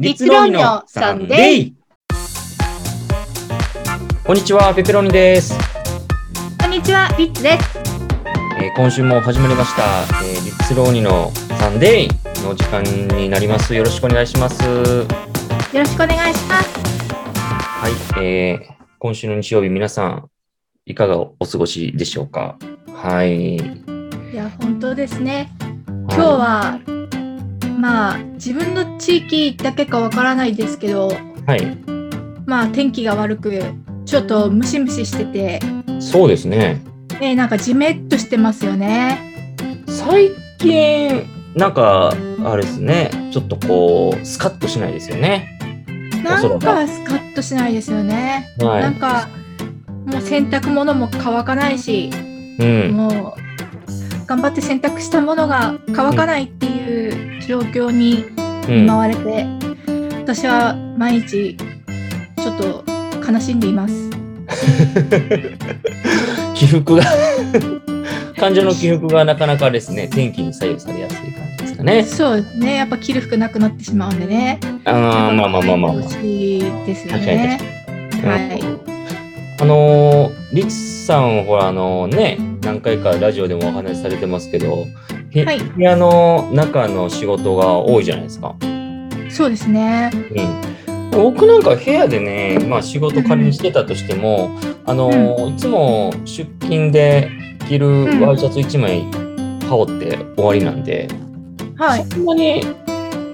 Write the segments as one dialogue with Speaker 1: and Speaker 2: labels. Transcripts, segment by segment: Speaker 1: リッツロンニョさんでい
Speaker 2: こんにちは、ペペロニです。
Speaker 1: こんにちは、リッツです。
Speaker 2: えー今週も始まりました、えーリッツローニのサンデーの時間になります。よろしくお願いします。は
Speaker 1: よろしくお願いします。
Speaker 2: い、えー今週の日曜日、皆さん、いかがお過ごしでしょうかはい。
Speaker 1: いや、本当ですね。
Speaker 2: 今
Speaker 1: 今日は、まあ、自分の地域だけかわからないですけど、
Speaker 2: はい、
Speaker 1: まあ、天気が悪く、ちょっとムシムシしてて、
Speaker 2: そうですね。
Speaker 1: ね、なんかジメっとしてますよね。
Speaker 2: 最近、なんか、あれですね、ちょっとこう、スカッとしないですよね。
Speaker 1: な
Speaker 2: お
Speaker 1: ん
Speaker 2: そら
Speaker 1: かスカッとしないですよね。
Speaker 2: はい。
Speaker 1: なんか、もう洗濯物も乾かないし、
Speaker 2: うん、
Speaker 1: もう、頑張って洗濯したものが乾かないっていう状況に
Speaker 2: うん
Speaker 1: 見舞われて、私は毎日ちょっと悲しんでいます。
Speaker 2: 起伏が 感情の起伏がなかなかですね天気に左右されやすい感じですかね
Speaker 1: そうですね、やっぱ着る服なくなってしまうんでね。
Speaker 2: あーまあまあまあまあ、ま
Speaker 1: 欲しいですよね。
Speaker 2: あ、
Speaker 1: はい
Speaker 2: あのーリツさんはほらあのーね何回かラジオでもお話しされてますけどへ
Speaker 1: はい
Speaker 2: 部屋の中の仕事が多いじゃないですか、
Speaker 1: そうですね。
Speaker 2: うん、僕なんか部屋でね、まあ、仕事仮にしてたとしても、あのーいつも出勤で着る
Speaker 1: ん
Speaker 2: ワイシャツ1枚羽織って終わりなんで、
Speaker 1: はい
Speaker 2: そんなに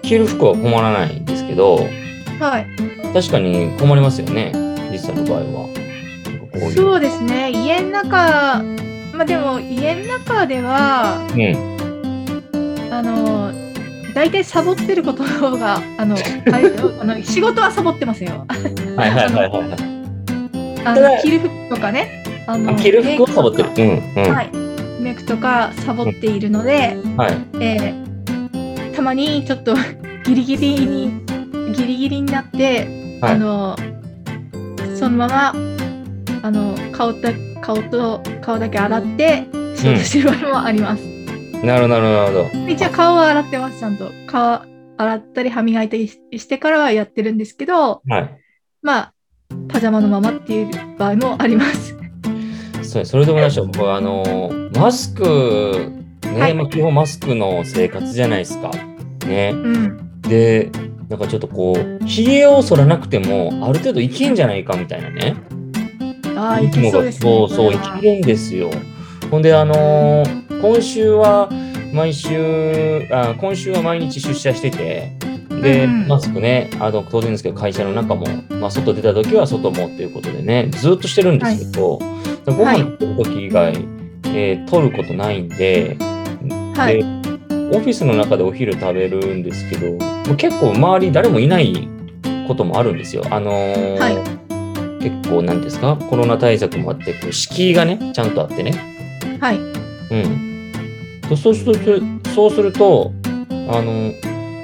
Speaker 2: 着る服は困らないんですけど、
Speaker 1: はい。
Speaker 2: 確かに困りますよね、リスさんの場合は。こういう
Speaker 1: そうですね。家の中、まあでも家の中では
Speaker 2: うん、
Speaker 1: あの大体サボってることの方が あのあれあの仕事はサボってますよ。
Speaker 2: はいはいはいはいはい。
Speaker 1: あ
Speaker 2: ただ
Speaker 1: の着る服とかね。あ
Speaker 2: あ着る服をサボってる。。うんうん。
Speaker 1: は
Speaker 2: はい。
Speaker 1: い、メイクとかサボっているので、えーたまにちょっと ギリギリにギリギリになって、
Speaker 2: はい
Speaker 1: あのそのままあの顔と顔と顔だけ洗って仕事してる場合もあります。
Speaker 2: なるほどなるほどなるほ
Speaker 1: 一応顔は洗ってますちゃんと顔洗ったり歯磨いたりししてからはやってるんですけど、
Speaker 2: ど。はい。
Speaker 1: まあパジャマのままっていう場合もあります。
Speaker 2: そうそれでもいました僕はあのーマスクね、
Speaker 1: はい
Speaker 2: まあ基本マスクの生活じゃないですか。ね。
Speaker 1: うん、
Speaker 2: でなんかちょっとこうひげを剃らなくてもある程度いけんじゃないかみたいなね。
Speaker 1: ああい
Speaker 2: いつ
Speaker 1: け
Speaker 2: も
Speaker 1: そう
Speaker 2: が
Speaker 1: ですね。
Speaker 2: そうそう
Speaker 1: これは
Speaker 2: 生きるんですよ。ほんであのー今週は毎週あ今週は毎日出社しててで、
Speaker 1: うん
Speaker 2: マスクねあの当然ですけど会社の中も、まあ、外出た時は外もっていうことでねずっとしてるんですけど、ご
Speaker 1: はい
Speaker 2: 飯食べる時以外、えー取ることないんで。
Speaker 1: はい
Speaker 2: でオフィスの中でお昼食べるんですけどもう結構周り誰もいないこともあるんですよ。あのー
Speaker 1: はい
Speaker 2: 結構なんですかコロナ対策もあってこう敷居がねちゃんとあってね。
Speaker 1: はい
Speaker 2: うん、とそうするとそうするとあの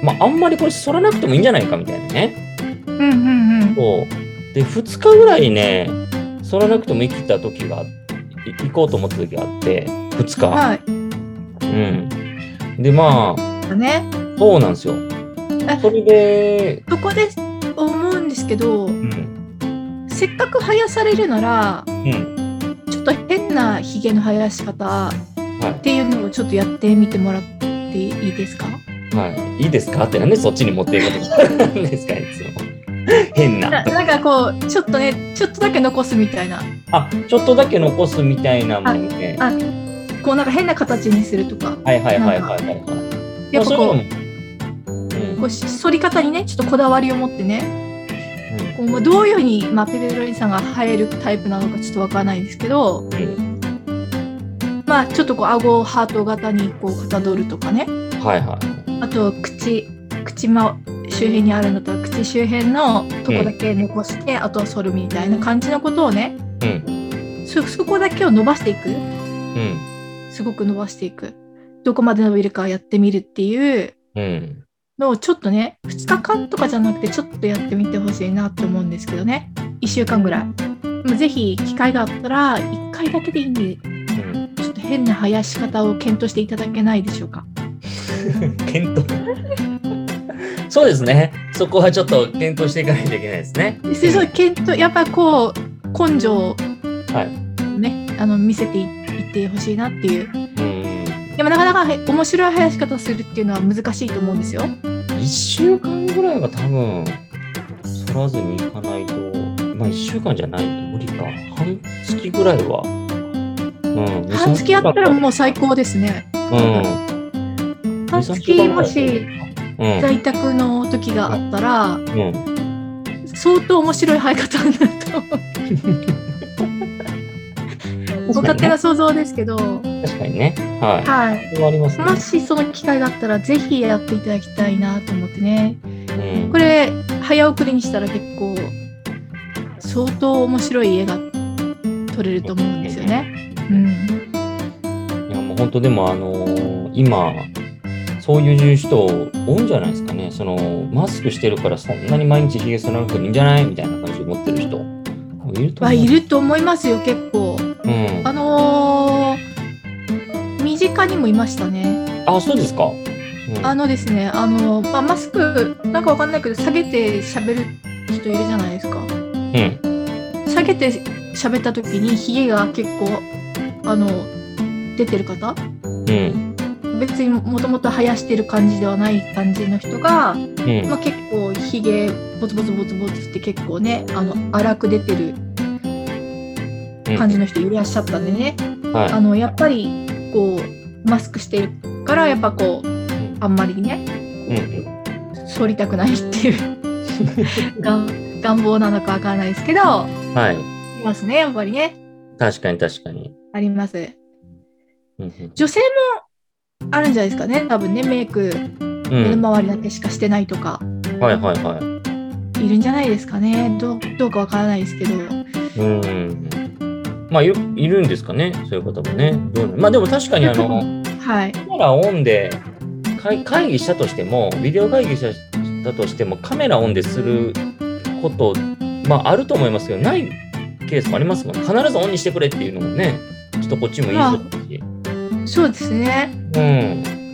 Speaker 2: まああんまりこれ剃らなくてもいいんじゃないかみたいなね。
Speaker 1: うんうんうん。
Speaker 2: そうで2日ぐらいね剃らなくても生きた時がい行こうと思った時があって2日。
Speaker 1: はい。
Speaker 2: うん、でまあ
Speaker 1: ね、
Speaker 2: そうなんですよ
Speaker 1: え。
Speaker 2: それで、
Speaker 1: そこで思うんですけど
Speaker 2: うん、
Speaker 1: せっかく生やされるなら
Speaker 2: うん、
Speaker 1: ちょっと変なひげの生やし方っ
Speaker 2: は
Speaker 1: ていうのをちょっとやってみてもらっていいですか
Speaker 2: い、はい、いいですかってなんでそっちに持っていくことなんですか、いつも。 変
Speaker 1: な
Speaker 2: な。
Speaker 1: なんかこうちょっとねちょっとだけ残すみたいな
Speaker 2: あ、ちょっとだけ残すみたいなもんね。
Speaker 1: あこうなんか変な形にするとか
Speaker 2: はいはいはいはいはいはい。
Speaker 1: やっぱこう
Speaker 2: まあそういうの
Speaker 1: こ
Speaker 2: も
Speaker 1: う反り方にねちょっとこだわりを持ってね
Speaker 2: う
Speaker 1: こうまあどういうふうに、まあ、ペペロリンさんが生えるタイプなのかちょっとわからないんですけど、
Speaker 2: ん
Speaker 1: まあ、ちょっとこう顎をハート型にこうかたどるとかね
Speaker 2: うんはいはい。
Speaker 1: あと口口ま周辺にあるんだったら口周辺のとこだけ残して、あとは剃るみたいな感じのことをね
Speaker 2: うん、
Speaker 1: そそこだけを伸ばしていく
Speaker 2: うん、
Speaker 1: すごく伸ばしていくどこまで伸びるかやってみるっていう
Speaker 2: うん。
Speaker 1: のをちょっとね2日間とかじゃなくてちょっとやってみてほしいなって思うんですけどね1週間ぐらいもうぜひ機会があったら1回だけでいいんで
Speaker 2: うん、
Speaker 1: ちょっと変な生やし方を検討していただけないでしょうか
Speaker 2: 検討。そうですね。そこはちょっと検討していかないといけないですね。
Speaker 1: ですごい検討やっぱこう根性を
Speaker 2: はい。
Speaker 1: ねあの見せていいってほしいなっていう
Speaker 2: うん。
Speaker 1: でもなかなかへ面白い生やし方をするっていうのは難しいと思うんですよ。
Speaker 2: 1週間ぐらいは多分、反らずに行かないと、まあ1週間じゃないと無理か。半月ぐらいは。うん。2
Speaker 1: 半月あったらもう最高ですね。
Speaker 2: う
Speaker 1: うん
Speaker 2: ん。
Speaker 1: 半月もし
Speaker 2: うん。
Speaker 1: 在宅の時があったら
Speaker 2: うん。
Speaker 1: 相当面白い生え方になると思うご勝手な想像ですけど、
Speaker 2: 確かにね。はい。
Speaker 1: はい、
Speaker 2: それはありますね
Speaker 1: も。しその機会があったらぜひやっていただきたいなと思ってね
Speaker 2: うん
Speaker 1: これ早送りにしたら結構相当面白い絵が撮れると思うんですよね。うん、
Speaker 2: いやもう本当でもあのー今そういう人多いんじゃないですかねそのマスクしてるからそんなに毎日ひげ剃らなくてもいいんじゃないみたいな感じで思ってる人いると思う
Speaker 1: はいると思いますよ結構。
Speaker 2: うん、
Speaker 1: あのー身近にもいましたね。
Speaker 2: あそうですか、うん
Speaker 1: あのですね、あの、まあ、マスク、なんかわかんないけど、下げて喋る人いるじゃないですか。
Speaker 2: うん
Speaker 1: 下げて喋った時に、ヒゲが結構、あの、出てる方
Speaker 2: うん
Speaker 1: 別にもともと生やしてる感じではない感じの人が、
Speaker 2: うん
Speaker 1: まあ、結構ヒゲボツボツボツボツって結構ねあの荒く出て
Speaker 2: う
Speaker 1: る
Speaker 2: ん
Speaker 1: 感じの人いらっしゃったんでね、
Speaker 2: はい
Speaker 1: あのやっぱりこうマスクしてるからやっぱこうあんまりね
Speaker 2: うんうん
Speaker 1: 剃りたくないって いう願願望なのかわからないですけど
Speaker 2: はい
Speaker 1: いますねやっぱりね
Speaker 2: 確かに確かに、
Speaker 1: あります
Speaker 2: うん
Speaker 1: 女性もあるんじゃないですかね多分ねメイク
Speaker 2: う
Speaker 1: 目
Speaker 2: ん
Speaker 1: の周りだけしかしてないとか、
Speaker 2: はいはいはい
Speaker 1: るんじゃないですかねどうどうかわからないですけど
Speaker 2: いうんまあいいるんですかねそういう方もねどうなまあでも確かにあの
Speaker 1: はい
Speaker 2: カメラオンで会会議したとしてもビデオ会議したしたとしてもカメラオンですることまああると思いますけどないケースもありますもん必ずオンにしてくれっていうのもねちょっとこっちもいいぞだし
Speaker 1: そうですね
Speaker 2: う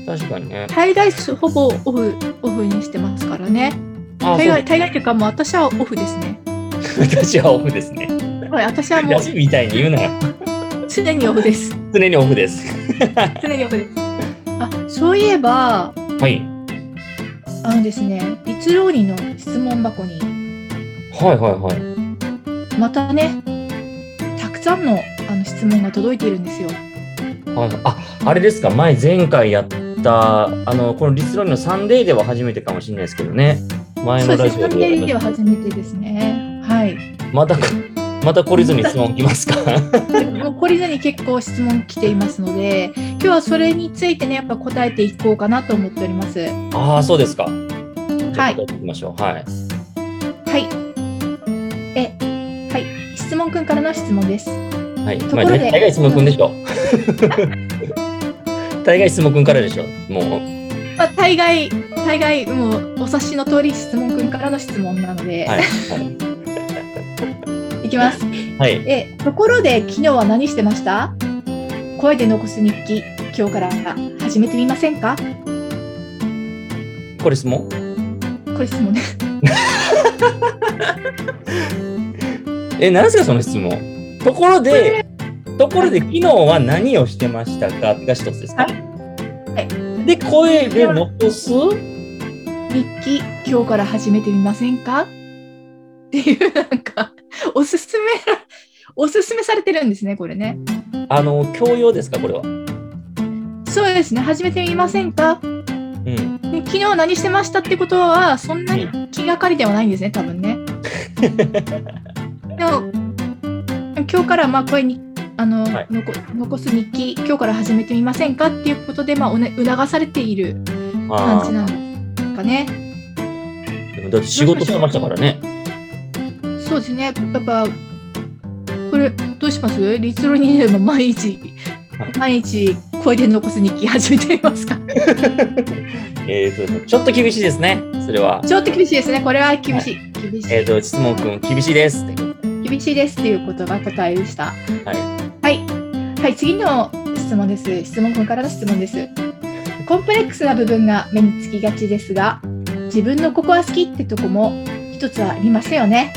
Speaker 2: ん確かにね
Speaker 1: 大概すほぼオフオフにしてますからね
Speaker 2: あそ
Speaker 1: 大
Speaker 2: う
Speaker 1: 概大概というかもう私はオフですね
Speaker 2: 私はオフですね
Speaker 1: はい私はもう
Speaker 2: 休みみたいに言うなよ
Speaker 1: 常にオフです
Speaker 2: 常にオフです
Speaker 1: 常にオフですあそういえば
Speaker 2: はい
Speaker 1: あのですね、律浪人の質問箱に、
Speaker 2: はいはいはい
Speaker 1: またね、たくさんのあの質問が届いているんですよ。
Speaker 2: はいああれですか前前回やったあのこのリスロイのサンデーでは初めてかもしれないですけどね前
Speaker 1: そ
Speaker 2: の
Speaker 1: うで
Speaker 2: ラ
Speaker 1: す
Speaker 2: ジ
Speaker 1: ね、
Speaker 2: オ
Speaker 1: サ
Speaker 2: で
Speaker 1: ン
Speaker 2: や
Speaker 1: デ
Speaker 2: りま
Speaker 1: ー
Speaker 2: し
Speaker 1: で
Speaker 2: た
Speaker 1: は初めてですね。はい。
Speaker 2: また、また懲りずに質問きますか。
Speaker 1: もう懲りずに結構質問来ていますので、今日はそれについてね、やっぱ答えていこうかなと思っております。は
Speaker 2: ああ、そうですか。はい行きましょう。はい。
Speaker 1: い。え、はい。質問くんからの質問です。
Speaker 2: はい。
Speaker 1: とこ
Speaker 2: まあ、
Speaker 1: ろで
Speaker 2: 大概質問くんでしょ。大概質問くんからでしょ。もう。
Speaker 1: まあ、大概、大概、もうお察しの通り質問くんからの質問なので、、
Speaker 2: はいい。
Speaker 1: いきます。
Speaker 2: はい。はい、
Speaker 1: え、ところで昨日は何してました声で残す日記、今日から始めてみませんか
Speaker 2: これ質問
Speaker 1: これ質問です。
Speaker 2: え、何ですか、その質問。ところで、ところで、昨日は何をしてましたかが一つですか。
Speaker 1: はい
Speaker 2: はい。で、声で残す
Speaker 1: 日記、今日から始めてみませんかっていう、なんか、おすすめ、おすすめされてるんですね、これね。
Speaker 2: あの、教養ですか、これは。
Speaker 1: そうですね、始めてみませんか
Speaker 2: うん。
Speaker 1: で昨日何してましたってことは、そんなに 気がかりではないんですね、多分ね。でも、今日からまあこれにあの、
Speaker 2: はい
Speaker 1: 残残す日記、今日から始めてみませんかっていうことで、まあおね、促されている感じ
Speaker 2: あ
Speaker 1: なんですかね。
Speaker 2: あ。でもだって仕事してましたからね。
Speaker 1: そうですね、やっぱ、これ、どうします立論にでも毎 日
Speaker 2: はい、
Speaker 1: 毎日、声で残す日記始めてみま すか。
Speaker 2: えー、と、ちょっと厳しいですね。それは。
Speaker 1: ちょっと厳しいですね、これは厳しい。厳しい
Speaker 2: えっ、と、質問くん、厳しいです。
Speaker 1: 厳しいですっていうことが答えでした。
Speaker 2: は
Speaker 1: はい。はい、次の質問です。質問くんからの質問です。コンプレックスな部分が目につきがちですが、自分のここは好きってとこも一つはありますよね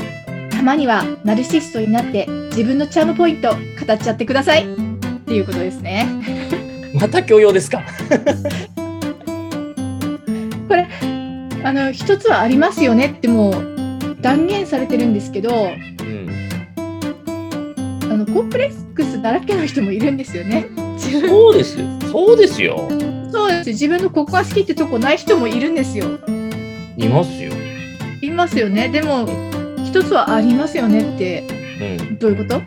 Speaker 1: たまにはナルシストになって自分のチャームポイント語っちゃってくださいっていうことですね
Speaker 2: また教養ですか
Speaker 1: あの一つはありますよねってもう断言されてるんですけどあ
Speaker 2: うん、
Speaker 1: のコンプレックスだらけの人もいるんですよね自分
Speaker 2: そうですよそうですよ
Speaker 1: そうです自分のここが好きってとこない人もいるんですよ
Speaker 2: いますよ、
Speaker 1: いますよねでも一つはありますよねって
Speaker 2: う
Speaker 1: どういうこと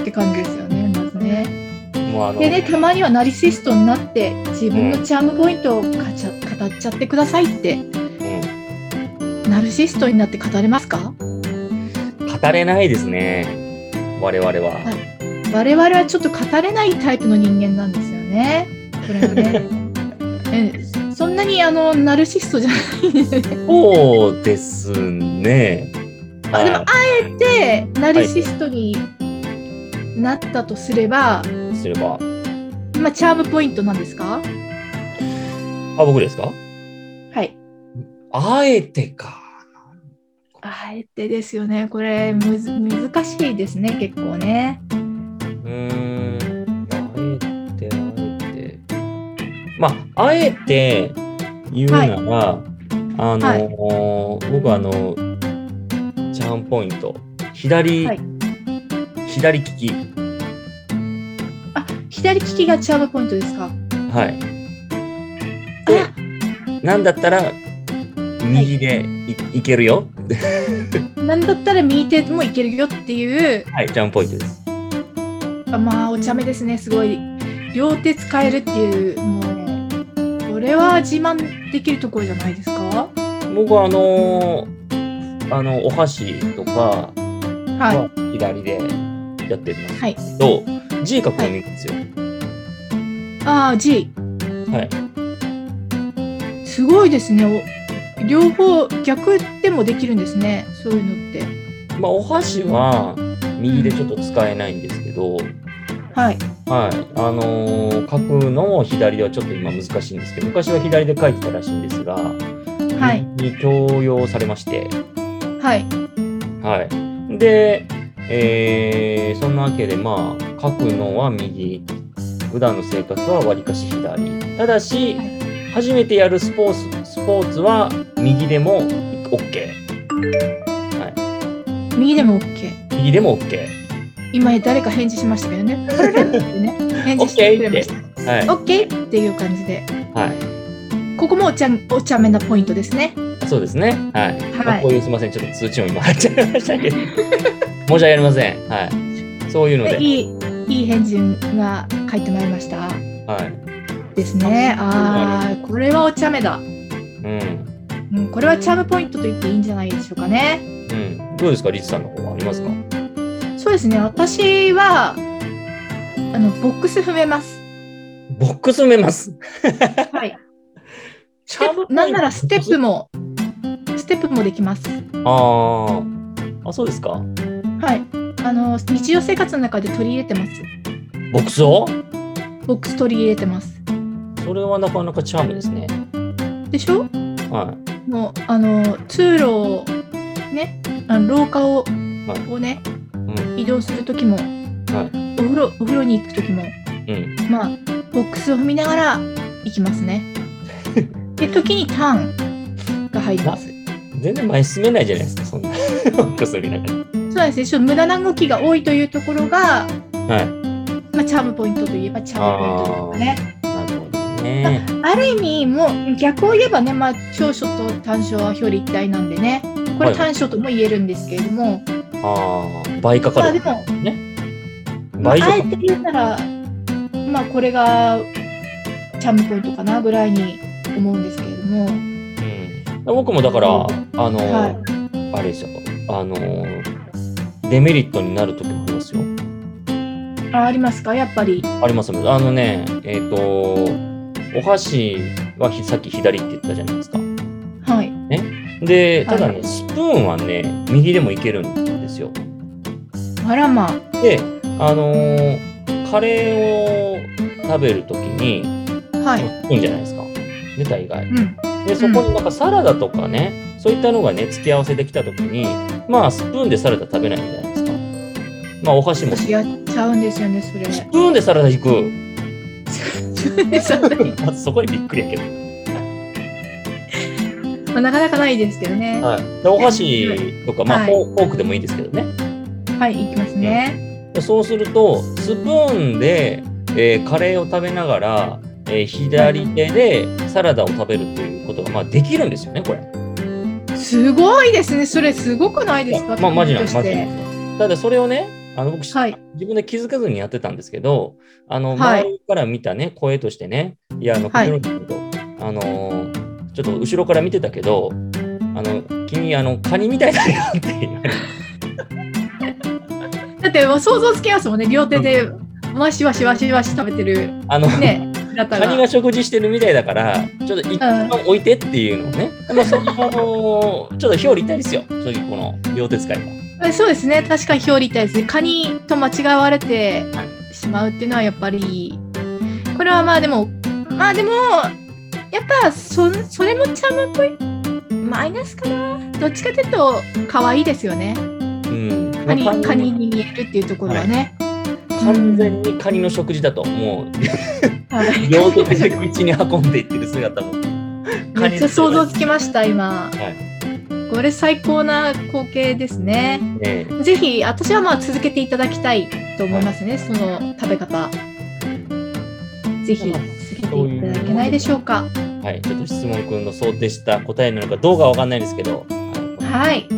Speaker 1: って感じですよねまずね
Speaker 2: ん、もうあの
Speaker 1: でねたまにはナルシストになって自分のチャームポイントをかちゃ語っちゃってくださいって
Speaker 2: う
Speaker 1: ナルシストになって語れますか
Speaker 2: ん、語れないですね我々は、
Speaker 1: い我々はちょっと語れないタイプの人間なんですよね。これは ね。えそんなにあのナルシストじゃないんですね。
Speaker 2: そうですね
Speaker 1: あでも
Speaker 2: は
Speaker 1: でナルシストになったとすれば、
Speaker 2: いすれば
Speaker 1: まあチャームポイントなんですか？
Speaker 2: あ僕ですか
Speaker 1: はい。
Speaker 2: あえてか
Speaker 1: あえてですよね。これむず難しいですね。結構ね。
Speaker 2: うーんあえてあえてまああえて言うなら、あのー僕あのチャームポイント左、
Speaker 1: はい
Speaker 2: 左利き
Speaker 1: あ左利きがチャームポイントですか？
Speaker 2: はい
Speaker 1: あ
Speaker 2: なんだったら右でい,、い、けるよ
Speaker 1: なんだったら右手もいけるよっていう
Speaker 2: はいチャームポイントです
Speaker 1: あまあお茶目ですねすごい両手使えるっていうもうこれは自慢できるところじゃないですか
Speaker 2: 僕はあのーあのお箸とか
Speaker 1: は
Speaker 2: は左でやってます
Speaker 1: いはい
Speaker 2: けど、G 書くの見るんですよ
Speaker 1: ああ G
Speaker 2: はい
Speaker 1: すごいですねお両方逆でもできるんですねそういうのって
Speaker 2: まあ、お箸は右でちょっと使えないんですけど、はい、
Speaker 1: はい
Speaker 2: あのー書くのも左ではちょっと今難しいんですけど、昔は左で書いてたらしいんですが、
Speaker 1: はい
Speaker 2: 右に強要されまして、
Speaker 1: はい
Speaker 2: はい。で、えーそんなわけで、まあ、書くのは右、普段の生活はわりかし左。ただし、
Speaker 1: はい
Speaker 2: 初めてやるスポーツ、スポーツは右でも OK。
Speaker 1: 右でも OK
Speaker 2: 右でも OK。
Speaker 1: 今誰か返事しましたけどねプルルルって ね返事してくれました
Speaker 2: はい。
Speaker 1: OK っていう感じで
Speaker 2: はい。
Speaker 1: ここもお茶お茶目なポイントですね
Speaker 2: そうですね。はい。ま
Speaker 1: は
Speaker 2: あ、
Speaker 1: い
Speaker 2: こういうすみません、ちょっと通知も今入っちゃいましたけど。 申し訳ありません。はい。そういうので。
Speaker 1: でいいいい返事が返ってまいりました
Speaker 2: はい。
Speaker 1: ですね。ああ、これはお茶目だ。
Speaker 2: うん。
Speaker 1: うん、これはチャームポイントと言っていいんじゃないでしょうかね。
Speaker 2: うん。どうですか、リツさんの方はありますか
Speaker 1: そうですね。私は、あの、ボックス踏めます。
Speaker 2: ボックス埋めます。
Speaker 1: はい。
Speaker 2: チャームポイント
Speaker 1: なんならステップも、ステップもできます。
Speaker 2: ああ。あ、そうですか。
Speaker 1: はい。あの、日常生活の中で取り入れてます。
Speaker 2: ボックスを
Speaker 1: ボックス取り入れてます。
Speaker 2: それはなかなかチャームですね。
Speaker 1: でしょ
Speaker 2: は
Speaker 1: もう、あの、通路を、ね、あの廊下を、をね、
Speaker 2: い。うん。
Speaker 1: 移動するときも、
Speaker 2: は
Speaker 1: お風呂、お風呂に行くときも、
Speaker 2: い。うん。
Speaker 1: まあ、ボックスを踏みながら行きます ね。で、時にターンが入ります。
Speaker 2: 全然前進めないじゃないですか、そんな。ボ ックス埋めなが
Speaker 1: そうなんですね。ちょっと無駄な動きが多いというところが、
Speaker 2: ら。はい。
Speaker 1: まあ、チャームポイントといえばチャームポイントですね。
Speaker 2: なるほどね。
Speaker 1: ある意味、もう逆を言えばね、まあ、長所と短所は表裏一体なんでね、こ
Speaker 2: は
Speaker 1: れ
Speaker 2: い
Speaker 1: 短所とも言えるんですけれども、
Speaker 2: ああ。倍かかる。
Speaker 1: まあで
Speaker 2: ね。
Speaker 1: まあ、
Speaker 2: 倍以上
Speaker 1: あえ
Speaker 2: か
Speaker 1: て言うなら、まあ、これがチャームポイントかなぐらいに思うんですけれども、
Speaker 2: うん、僕もだから、あの、
Speaker 1: は
Speaker 2: あれですよ、あの、デメリットになる時もありますよ。
Speaker 1: あありますかやっぱり。
Speaker 2: ありますありますあのね、えっ、と、お箸はひさっき左って言ったじゃないですか。
Speaker 1: はい。
Speaker 2: で、ただね、
Speaker 1: は
Speaker 2: スプーンはね、右でもいけるんですよ。
Speaker 1: あらまあ。
Speaker 2: で、あのーカレーを食べるときに、
Speaker 1: はい。
Speaker 2: スプーンじゃないですか。で、大概
Speaker 1: う。ん。
Speaker 2: でそこになんかサラダとかね、そういったのがね付き合わせてきた時にまあスプーンでサラダ食べないじゃないですかまあお箸もス
Speaker 1: 私やっちゃうんですよね、それ。
Speaker 2: プーンでサラダ引 く
Speaker 1: そんなに
Speaker 2: まずそこにびっくりやけど、
Speaker 1: まあ、なかなかないですけどね。は
Speaker 2: はい、でお箸とか、まあ
Speaker 1: はい
Speaker 2: フォーフォークでもいいですけどね
Speaker 1: い、い、きますね。
Speaker 2: でそうするとスプーンで、えーカレーを食べながら、えー左手でサラダを食べるということが、まあ、できるんですよねこれ。
Speaker 1: すごいですね、それすごくないですか。
Speaker 2: まあ、マジなんで
Speaker 1: と
Speaker 2: す、マ
Speaker 1: し
Speaker 2: ジ
Speaker 1: て
Speaker 2: なんです。ただ、それをね、あの僕、
Speaker 1: はい
Speaker 2: 自分で気づかずにやってたんですけど、あの、
Speaker 1: はい
Speaker 2: 周りから見たね、声としてね、いや、あの、
Speaker 1: はい
Speaker 2: ピエロリ君とあのーちょっと後ろから見てたけど、あの、君、あの、カニみたいだよって言われて、
Speaker 1: だって、まあ、想像つきますもんね、両手で。わしわしわしわし食べてる。
Speaker 2: あの、
Speaker 1: ね、だった
Speaker 2: カニ
Speaker 1: ら
Speaker 2: が。食事してるみたいだから、ちょっと一旦置いてっていうのをね、まあ、その、あのーちょっと表裏一体ですよ、正直、この両手使いは。
Speaker 1: そうですね、確かに表裏一体ですね。カニと間違われて
Speaker 2: はい
Speaker 1: しまうっていうのはやっぱり、これはまあでも、まあでも、やっぱそそれもチャームポイマイナスかな。どっちかというと、可愛いですよね。
Speaker 2: うん。
Speaker 1: カニ
Speaker 2: まあ
Speaker 1: カニに見えるっていうところはね。
Speaker 2: 完全にカニの食事だと、もう
Speaker 1: はい
Speaker 2: 両手で口に運んでいってる姿も。カニ
Speaker 1: めっちゃ想像つきました、
Speaker 2: は
Speaker 1: 今。
Speaker 2: い。
Speaker 1: これ最高な光景ですね。
Speaker 2: ええ
Speaker 1: ぜひ、私はまあ続けていただきたいと思いますね、その食べ方。ぜひ、続けていただけないでしょうか。
Speaker 2: はい。ちょっと質問くんの想定した答えなのかどうかわかんないですけど。は
Speaker 1: はい、
Speaker 2: い。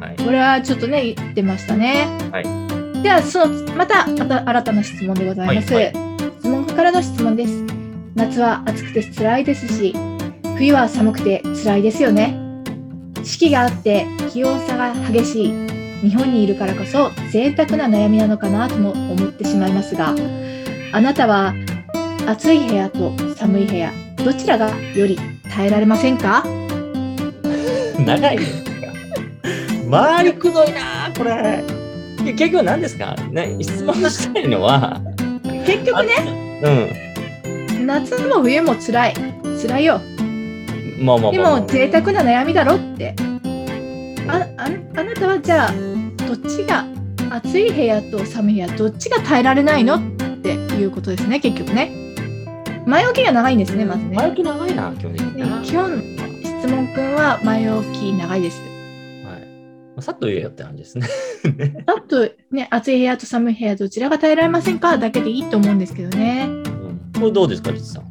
Speaker 2: はい。
Speaker 1: これはちょっとね、言ってましたね。
Speaker 2: はい
Speaker 1: では、その、また、また新たな質問でございます。
Speaker 2: はい
Speaker 1: 質問家からの質問です。夏は暑くて辛いですし、冬は寒くて辛いですよね。四季があって気温差が激しい。日本にいるからこそ贅沢な悩みなのかなとも思ってしまいますが、あなたは暑い部屋と寒い部屋、どちらがより耐えられませんか
Speaker 2: 長いね。周りくどいなーこれ。け結局何ですかね質問したいのは。
Speaker 1: 結局ね、
Speaker 2: ね。
Speaker 1: 夏も冬も辛い。辛いよ。
Speaker 2: うん。まあまあ
Speaker 1: で
Speaker 2: まあ、まあ。
Speaker 1: も贅沢な悩みだろってあああなたはじゃあどっちが暑い部屋と寒い部屋どっちが耐えられないのっていうことですね結局ね前置きが長いんですねまずね
Speaker 2: 前置き長いな、基本的にな。
Speaker 1: ね基本質問くんは前置き長いです
Speaker 2: はい。まあさっと言えよって感じですね。
Speaker 1: だとね暑い部屋と寒い部屋どちらが耐えられませんかだけでいいと思うんですけどね
Speaker 2: うんこれどうですか、実さん。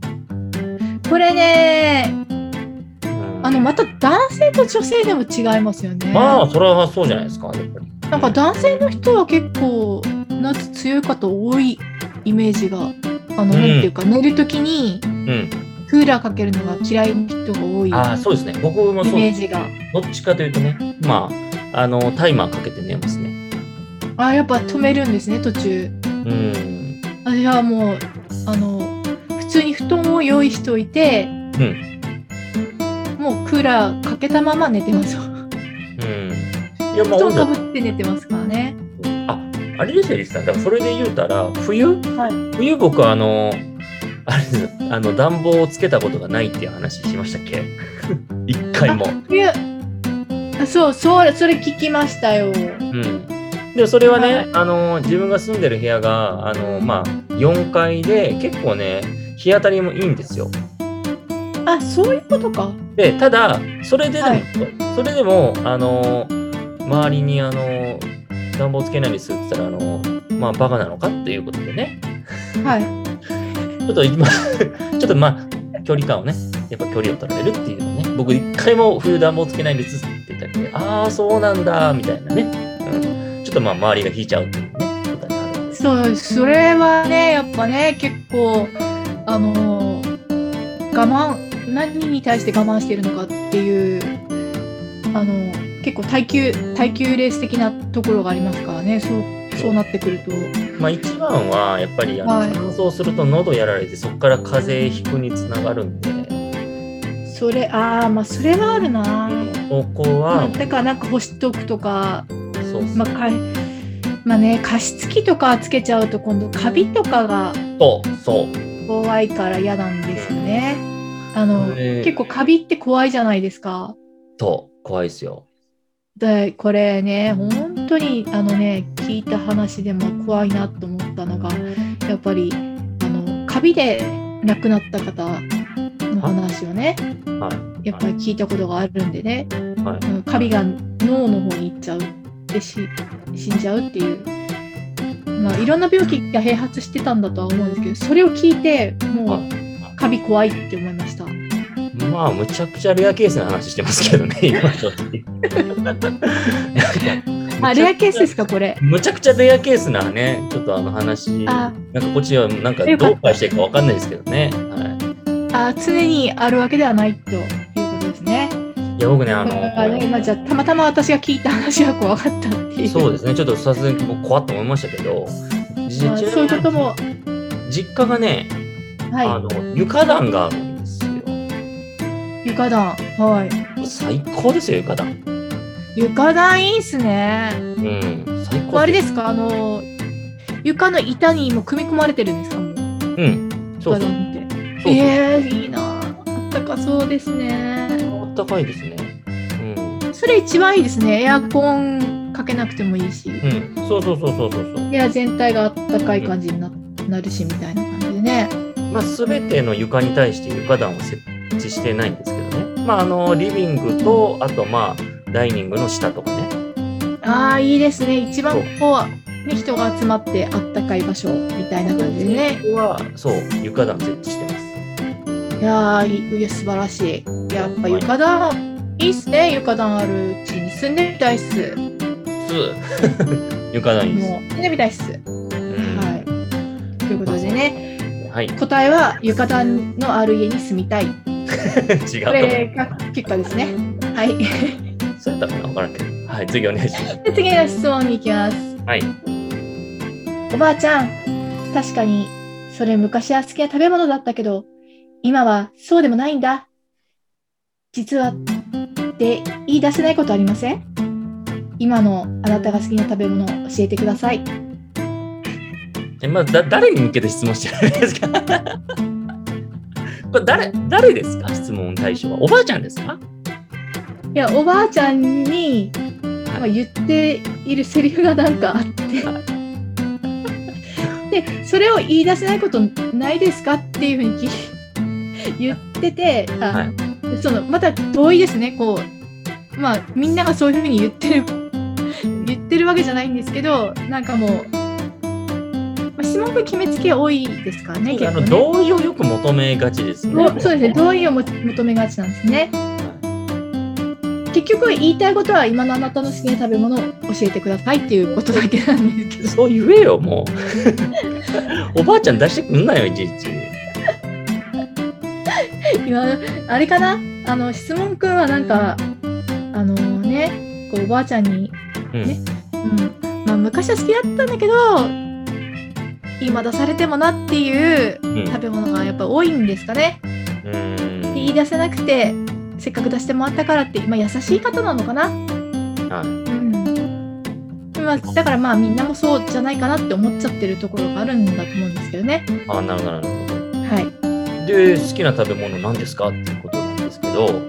Speaker 1: これね
Speaker 2: うん
Speaker 1: あのまた男性と女性でも違いますよね
Speaker 2: まあ、それはそうじゃないですか、やっぱり。
Speaker 1: なんか男性の人は結構夏強い方多いイメージがあの、なんていうか寝る時に
Speaker 2: うん。
Speaker 1: クーラーかけるのが嫌いな人が多いイ
Speaker 2: ああ、そうですね。僕もそうで
Speaker 1: メー
Speaker 2: す。
Speaker 1: ジが
Speaker 2: どっちかというとね、まあ、あの、タイマーかけて寝ますね。
Speaker 1: あやっぱ止めるんですね途中
Speaker 2: うん。
Speaker 1: あじゃあもうあの普通に布団を用意しておいて、もうクーラーかけたまま寝てます
Speaker 2: うん。いや、まあ、
Speaker 1: 布団
Speaker 2: 温
Speaker 1: か
Speaker 2: 度。
Speaker 1: ぶって寝てますからね
Speaker 2: あ、あれですよ、リスさん。だから、それで言うたら、冬
Speaker 1: はい
Speaker 2: 冬僕は、あの、あれですあの、暖房をつけたことがないっていう話しましたっけ 一回も。
Speaker 1: 冬あそうそうそれ聞きましたよ
Speaker 2: うん。で、それはね、
Speaker 1: はい
Speaker 2: あの、自分が住んでる部屋が、あの、まあ、4階で、結構ね、日当たりもいいんですよ。
Speaker 1: あそういうことか
Speaker 2: でただそれででも、
Speaker 1: はい
Speaker 2: それでもあのー周りにあのー暖房つけないようにするって言ったらあのーまあバカなのかっていうことでね
Speaker 1: はい
Speaker 2: ちょっと今 ちょっとまあ距離感をねやっぱ距離を取られるっていうのね僕一回も冬暖房つけないんですって言ったんでああそうなんだみたいなね、うん、ちょっとまあ周りが引いちゃうっていうねことになるんです
Speaker 1: そう、それはね、やっぱね、結構、あのー我慢、何に対して我慢してるのかっていう、あのー結構耐久、耐久レース的なところがありますからね、そう、そうなってくると。
Speaker 2: まあ一番はやっぱりあの
Speaker 1: はい
Speaker 2: 乾燥すると喉やられてそこから風邪ひくにつながるんで、
Speaker 1: それ、ああ、まあ、それはあるな。
Speaker 2: ここ
Speaker 1: まあ
Speaker 2: は、
Speaker 1: だから、なんか干しておくとか、
Speaker 2: そうそう
Speaker 1: まあ、かいまあね、加湿器とかつけちゃうと、今度、カビとかが
Speaker 2: そうそう
Speaker 1: 怖いから嫌なんですよね。あの、
Speaker 2: ね
Speaker 1: 結構カビって怖いじゃないですか。
Speaker 2: そう、怖いですよ。
Speaker 1: でこれね本当にあのね聞いた話でも怖いなと思ったのがやっぱりあのカビで亡くなった方の話をね
Speaker 2: は
Speaker 1: やっぱり聞いたことがあるんでね、
Speaker 2: はい
Speaker 1: うんカビが脳の方に行っちゃうでし死んじゃうっていう、まあ、いろんな病気が併発してたんだとは思うんですけどそれを聞いても
Speaker 2: は
Speaker 1: うカビ怖いって思いました。
Speaker 2: い。まあ、むちゃくちゃレアケースの話してますけど ね、今正直
Speaker 1: あレアケースですかこれ
Speaker 2: むちゃくちゃレアケースなね、ちょっとあの話、な
Speaker 1: あ
Speaker 2: んかこっちはなんか
Speaker 1: よかっ
Speaker 2: ど
Speaker 1: た
Speaker 2: う返していいかわかんないですけどね。は
Speaker 1: あ常にあるわけではないということですね。
Speaker 2: い、いや、僕ね、あ
Speaker 1: これはね今じゃあ
Speaker 2: の、
Speaker 1: たまたま私が聞いた話が怖かったって いう
Speaker 2: そうですすね、ちょっとさすがに僕怖っと思いましたけど、じ
Speaker 1: そういうことも、
Speaker 2: 実家がね、あ
Speaker 1: は
Speaker 2: の床暖があるんですよ。
Speaker 1: い、床暖はい
Speaker 2: 最高ですよ、床暖。
Speaker 1: 床暖いいっすね
Speaker 2: うん、最
Speaker 1: こ
Speaker 2: 高
Speaker 1: れあれですかあの床の板にも組み込まれてるんですかもう
Speaker 2: うん、そうそう。
Speaker 1: 床暖って
Speaker 2: そうそう
Speaker 1: えー、いいなあったかそうですね
Speaker 2: あったかいですね。うん。
Speaker 1: それ一番いいですねエアコンかけなくてもいいし、
Speaker 2: うん。そうそうそうそうそう
Speaker 1: 部屋全体があったかい感じにななるしみたいな感じでね
Speaker 2: そう。まあ、すべての床に対して床暖を設置してないんですけどね。まあ、あの、リビングと、あと、まあ、ダイニングの下とかね。
Speaker 1: ああいいですね一番
Speaker 2: そ
Speaker 1: こ
Speaker 2: う
Speaker 1: こは、ね、人が集まってあったかい場所みたいな感じでね
Speaker 2: ここは、そう、床暖設置してます。
Speaker 1: いやーいいや素晴らしいやっぱ床暖いいっすね床暖あるうちに住んでみたいっすも
Speaker 2: す 床暖いいです。
Speaker 1: う住んでみたいっす、
Speaker 2: うん
Speaker 1: はいということでね
Speaker 2: はい。
Speaker 1: 答えは床暖のある家に住みたい
Speaker 2: 違う
Speaker 1: こと
Speaker 2: 思う。
Speaker 1: れが結果ですねはい
Speaker 2: そうやったかな分からんけど。はい、次お願いします。
Speaker 1: 次の質問に行きます
Speaker 2: はい。
Speaker 1: おばあちゃん確かにそれ昔は好きな食べ物だったけど今はそうでもないんだ実はって言い出せないことありません今のあなたが好きな食べ物を教えてください
Speaker 2: え、まあ、だ、誰に向けて質問してるんですか これ誰、誰ですか質問対象は。おばあちゃんですか
Speaker 1: いやおばあちゃんに、まあ、言っているセリフがなんかあってでそれを言い出せないことないですかっていうふうに聞い言っててあ、
Speaker 2: はい
Speaker 1: そのまた同意ですねこうまあみんながそういうふうに言ってる言ってるわけじゃないんですけどなんかもう、まあ、質問が決めつけ多いですからね
Speaker 2: あの、
Speaker 1: 結構ね
Speaker 2: 同意をよく求めがちですね。
Speaker 1: どそうですね同意をも求めがちなんですね。
Speaker 2: は
Speaker 1: 結局言いたいことは今のあなたの好きな食べ物を教えてくださいっていうことだけなんです
Speaker 2: い
Speaker 1: けど
Speaker 2: そう言えよ、も う。おばあちゃん出してくんなよ、いちいち。
Speaker 1: 今あれかなあの質問くんはなんかあのねこうおばあちゃんに、
Speaker 2: うん。
Speaker 1: うんまあ、昔は好きだったんだけど今出されてもなっていう
Speaker 2: うん。
Speaker 1: 食べ物がやっぱ多いんですかね
Speaker 2: う
Speaker 1: で
Speaker 2: ん
Speaker 1: 言い出せなくてせっかく出してもらったからって、まあ、優しい方なのかな、
Speaker 2: は
Speaker 1: うんまあ、だからまあみんなもそうじゃないかなって思っちゃってるところがあるんだと思うんですけどね
Speaker 2: い。あ、なるほど、なるほど。
Speaker 1: はい
Speaker 2: で、好きな食べ物何ですかっていうことなんですけど、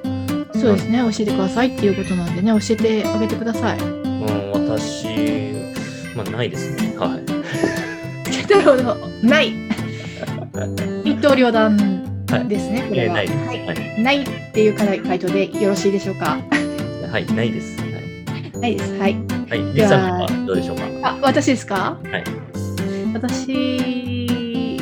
Speaker 1: そうですね、教えてくださいっていうことなんでね、教えてあげてく ださい。
Speaker 2: うん、私、まあ、ないですね。はい。
Speaker 1: なるほど、 ない。一刀両断ですね、こ
Speaker 2: え
Speaker 1: れ
Speaker 2: ー
Speaker 1: は。
Speaker 2: ないです。は
Speaker 1: はい
Speaker 2: い。
Speaker 1: ないっていう回答でよろしいでしょうか。
Speaker 2: はい、ないです。はい。
Speaker 1: ないです。はい。
Speaker 2: はい、リ
Speaker 1: で
Speaker 2: サ
Speaker 1: は
Speaker 2: さんはどうでしょうか。
Speaker 1: あ、私ですか。
Speaker 2: はい。はい
Speaker 1: 私。
Speaker 2: え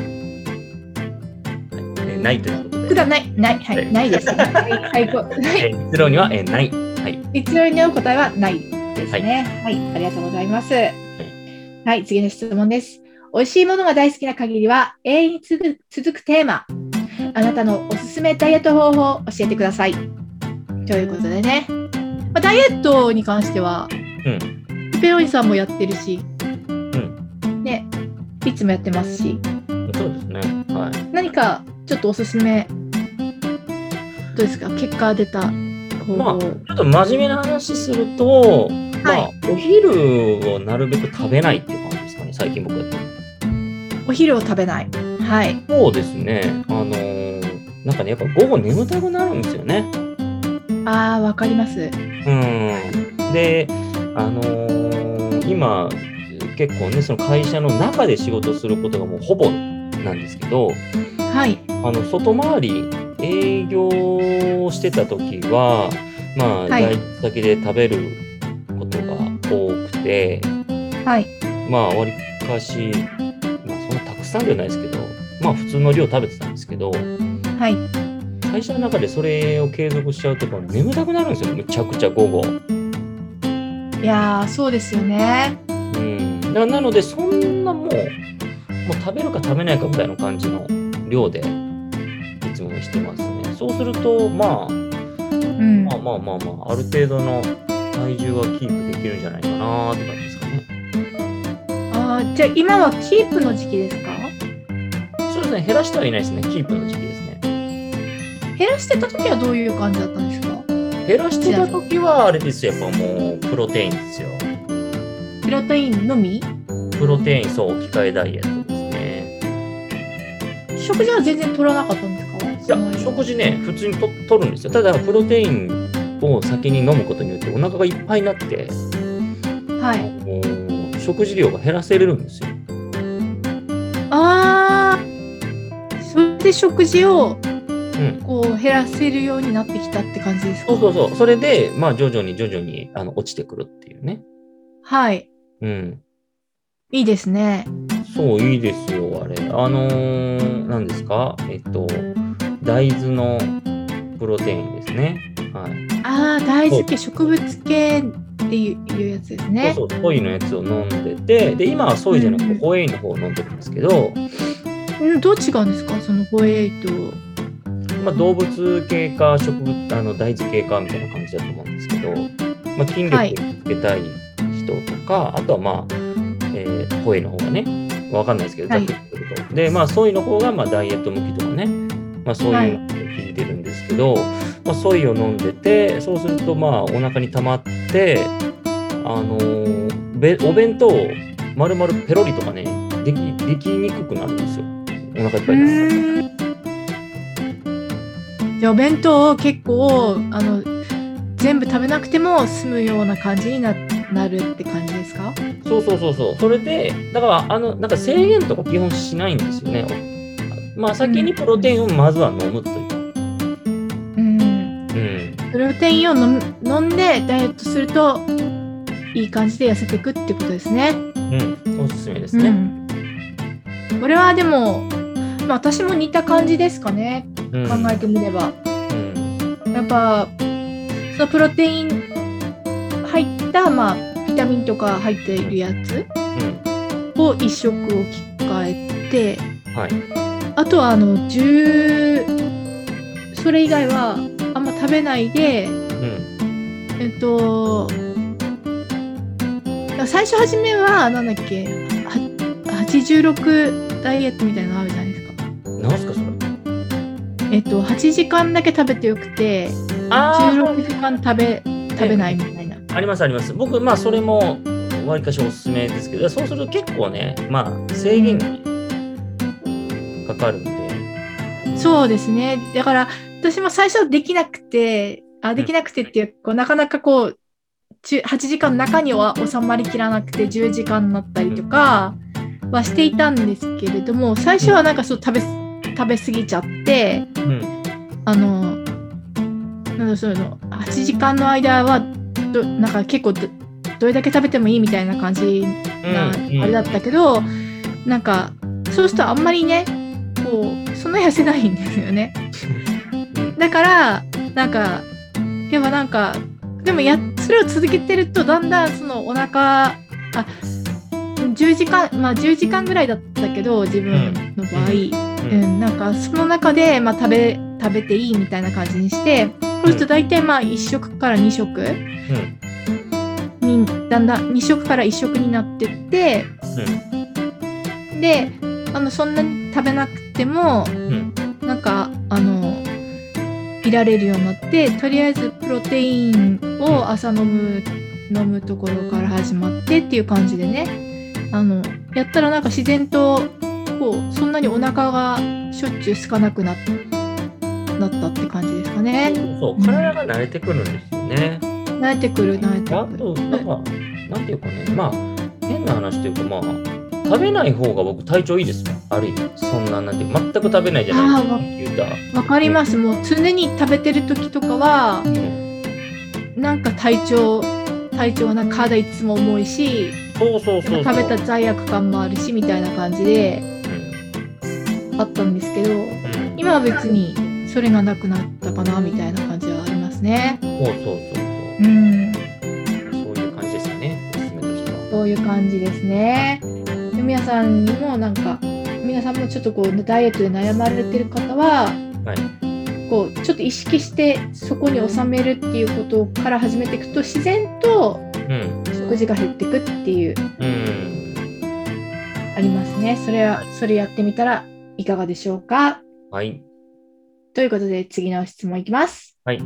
Speaker 2: ーないということ
Speaker 1: 普
Speaker 2: で。
Speaker 1: 段ない、ない、は
Speaker 2: はい
Speaker 1: い、ないです、ね。はい、最高。はい
Speaker 2: えー、ゼロには、えーない。はい。
Speaker 1: 一応に合う答えはないですね。はい、ありがとうございます。はい、次の質問です。美味しいものが大好きな限りは永遠に続く続くテーマ。あなたのおすすめダイエット方法を教えてください。ということでね。まあ、ダイエットに関しては、ペロリさんもやってるし、ね、いつもやってますし、
Speaker 2: そうですね。はい。
Speaker 1: 何かちょっとおすすめ、どうですか結果出た方
Speaker 2: まあ
Speaker 1: 法。
Speaker 2: ちょっと真面目な話すると、まあ
Speaker 1: は、
Speaker 2: お昼をなるべく食べないっていう感じですかね。最近僕やってる。
Speaker 1: お昼を食べない。はい。
Speaker 2: そうですね。あのーなんかね、やっぱ午後眠たくなるんですよね。
Speaker 1: ああ、わかります。
Speaker 2: うん、で、あのー今結構ねその会社の中で仕事することがもうほぼなんですけど
Speaker 1: はい。
Speaker 2: あの外回り営業をしてた時はまあ、
Speaker 1: はい
Speaker 2: 外出先で食べることが多くて
Speaker 1: はい。
Speaker 2: まあわりかし、まあ、そんなたくさんではないですけどまあ普通の量食べてたんですけど
Speaker 1: はい。
Speaker 2: 会社の中でそれを継続しちゃうとこう眠たくなるんですよむちゃくちゃ午後。
Speaker 1: いやー、そうですよね。
Speaker 2: うん、ななのでそんなもうもう食べるか食べないかみたいな感じの量でいつもしてますねそうすると、まあ、
Speaker 1: うん
Speaker 2: まあ。まあまあまあある程度の体重はキープできるんじゃないかなーって感じですかね
Speaker 1: あーじゃあ今はキープの時期ですか
Speaker 2: そうですね減らしてはいないですねキープの時期ですね
Speaker 1: 減らしてた時はどういう感じだったんですか
Speaker 2: 減らしてた時はあれですよやっぱもうプロテインですよ
Speaker 1: プロテインのみ
Speaker 2: プロテインそう置き換えダイエットですね
Speaker 1: 食事は全然取らなかったんですか
Speaker 2: いや食事ね普通にと取るんですよただプロテインを先に飲むことによってお腹がいっぱいになって
Speaker 1: はい。
Speaker 2: もう食事量が減らせれるんですよ。
Speaker 1: ああ。それで食事
Speaker 2: う
Speaker 1: を
Speaker 2: ん、
Speaker 1: こう減らせるようになってきたって感じですか
Speaker 2: そうそうそう。それで、まあ、徐々に徐々にあの落ちてくるっていうね。
Speaker 1: はい。
Speaker 2: うん。
Speaker 1: いいですね。
Speaker 2: そう、いいですよ、あれ。あのー、何ですかえっと、大豆のプロテインですね。はい。
Speaker 1: ああ、大豆系、植物系っていういうやつですね。
Speaker 2: そうそう、ソイのやつを飲んでて、で、今はソイじゃなくて
Speaker 1: うん
Speaker 2: ホエイの方を飲んでるんですけど、
Speaker 1: うん、どう違うんですかそのホエイと。
Speaker 2: まあ、動物系か植物あの大豆系かみたいな感じだと思うんですけど、まあ、筋力
Speaker 1: はい
Speaker 2: をつけたい人とか、あとはまあ、えー、ホエイの方がねわかんないですけどざ
Speaker 1: は
Speaker 2: っ
Speaker 1: い
Speaker 2: くりすると、でまあソイの方がまあダイエット向きとかね、まあ、そういうのを聞いてるんですけど、まあ、ソイを飲んでてそうするとまあお腹に溜まってあのーべお弁当を丸々ペロリとかねできできにくくなるんですよお腹いっぱいになって。
Speaker 1: じゃあお弁当を結構あの全部食べなくても済むような感じにななるって感じですか
Speaker 2: そうそうそうそう。それで、だから、あの、なんか制限とか基本しないんですよね。まあ、先にプロテインをまずは飲むという。
Speaker 1: うん
Speaker 2: うん。
Speaker 1: プロテインを飲む飲んでダイエットするといい感じで痩せていくってことですね。
Speaker 2: うん。おすすめですね。
Speaker 1: うん、これはでも、まあ、私も似た感じですかね
Speaker 2: うん。
Speaker 1: 考えてみれば。
Speaker 2: うん。
Speaker 1: やっぱそのプロテイン入った、まあ、ビタミンとか入っているやつを一食を切り替えて
Speaker 2: うん。はい。
Speaker 1: あとはあの10それ以外はあんま食べないで
Speaker 2: うん。
Speaker 1: えっと最初初めはなんだっけは86ダイエットみたいなのあるじゃないですか。
Speaker 2: なんすか、それ。
Speaker 1: えっと、8時間だけ食べてよくて
Speaker 2: あ
Speaker 1: 16時間食べ食べないみたいな。
Speaker 2: あ、あります、あります。僕、まあ、それも、わりかしおすすめですけど、そうすると結構ね、まあ、制限にかかるんで。
Speaker 1: そうですね。だから、私も最初できなくて、あ、できなくてっていう、こうなかなかこう、10 8時間の中には収まりきらなくて10時間になったりとかはしていたんですけれども、最初はなんかそう食べ、食べ過ぎちゃって、
Speaker 2: うん。
Speaker 1: あの、なんだそういうの、8時間の間は、どなんか結構ど、どれだけ食べてもいいみたいな感じな
Speaker 2: うん。
Speaker 1: あれだったけど、なんかそうするとあんまりねこうそんな痩せないんです よね
Speaker 2: うん
Speaker 1: だからなんかやっぱなんかでもやそれを続けてるとだんだんそのお腹あ10時間まあ10時間ぐらいだったけど自分の場合、
Speaker 2: う
Speaker 1: うん
Speaker 2: ん。
Speaker 1: なんかその中で、まあ、食べ食べていいみたいな感じにしてそうすると大体まあ1食から2食
Speaker 2: うん。
Speaker 1: にだんだん2食から1食になってってであのそんなに食べなくても
Speaker 2: うん。
Speaker 1: なんかあのいられるようになってとりあえずプロテインを朝飲む飲むところから始まってっていう感じでねあのやったらなんか自然とこうそんなにお腹がしょっちゅう空かなくなっなったって感じですかね。
Speaker 2: そう、体が慣れてくるんですよね。
Speaker 1: 慣れてくる、慣れて
Speaker 2: であ
Speaker 1: くる。
Speaker 2: と、なんか、なんていうかね、まあ、変な話というか、まあ、食べない方が僕、体調いいですよ。ある意味、そんな、なんていうか、全く食べないじゃないですか、コ
Speaker 1: あーわ
Speaker 2: ンピューター
Speaker 1: わかります。もう常に食べてる時とかは、
Speaker 2: うん
Speaker 1: なんか体調、体調な体いつも重いし、
Speaker 2: そうそうそうそう。
Speaker 1: 食べた罪悪感もあるし、みたいな感じで
Speaker 2: うん
Speaker 1: あったんですけど、
Speaker 2: うん
Speaker 1: 今は別にそれがなくなったかな、みたいな感じはありますね。
Speaker 2: そうそうそう
Speaker 1: うん。
Speaker 2: そう。そういう感じですかね、おすすめとしては。
Speaker 1: そういう感じですね。で皆さんにもなんか皆さんもちょっとこうダイエットで悩まれてる方は
Speaker 2: はい。
Speaker 1: こうちょっと意識してそこに収めるっていうことから始めていくと自然と
Speaker 2: うん。
Speaker 1: 食事が減っていくっていう
Speaker 2: うん。
Speaker 1: ありますね。それはそれやってみたらいかがでしょうか
Speaker 2: はい。
Speaker 1: ということで次の質問いきます。
Speaker 2: はい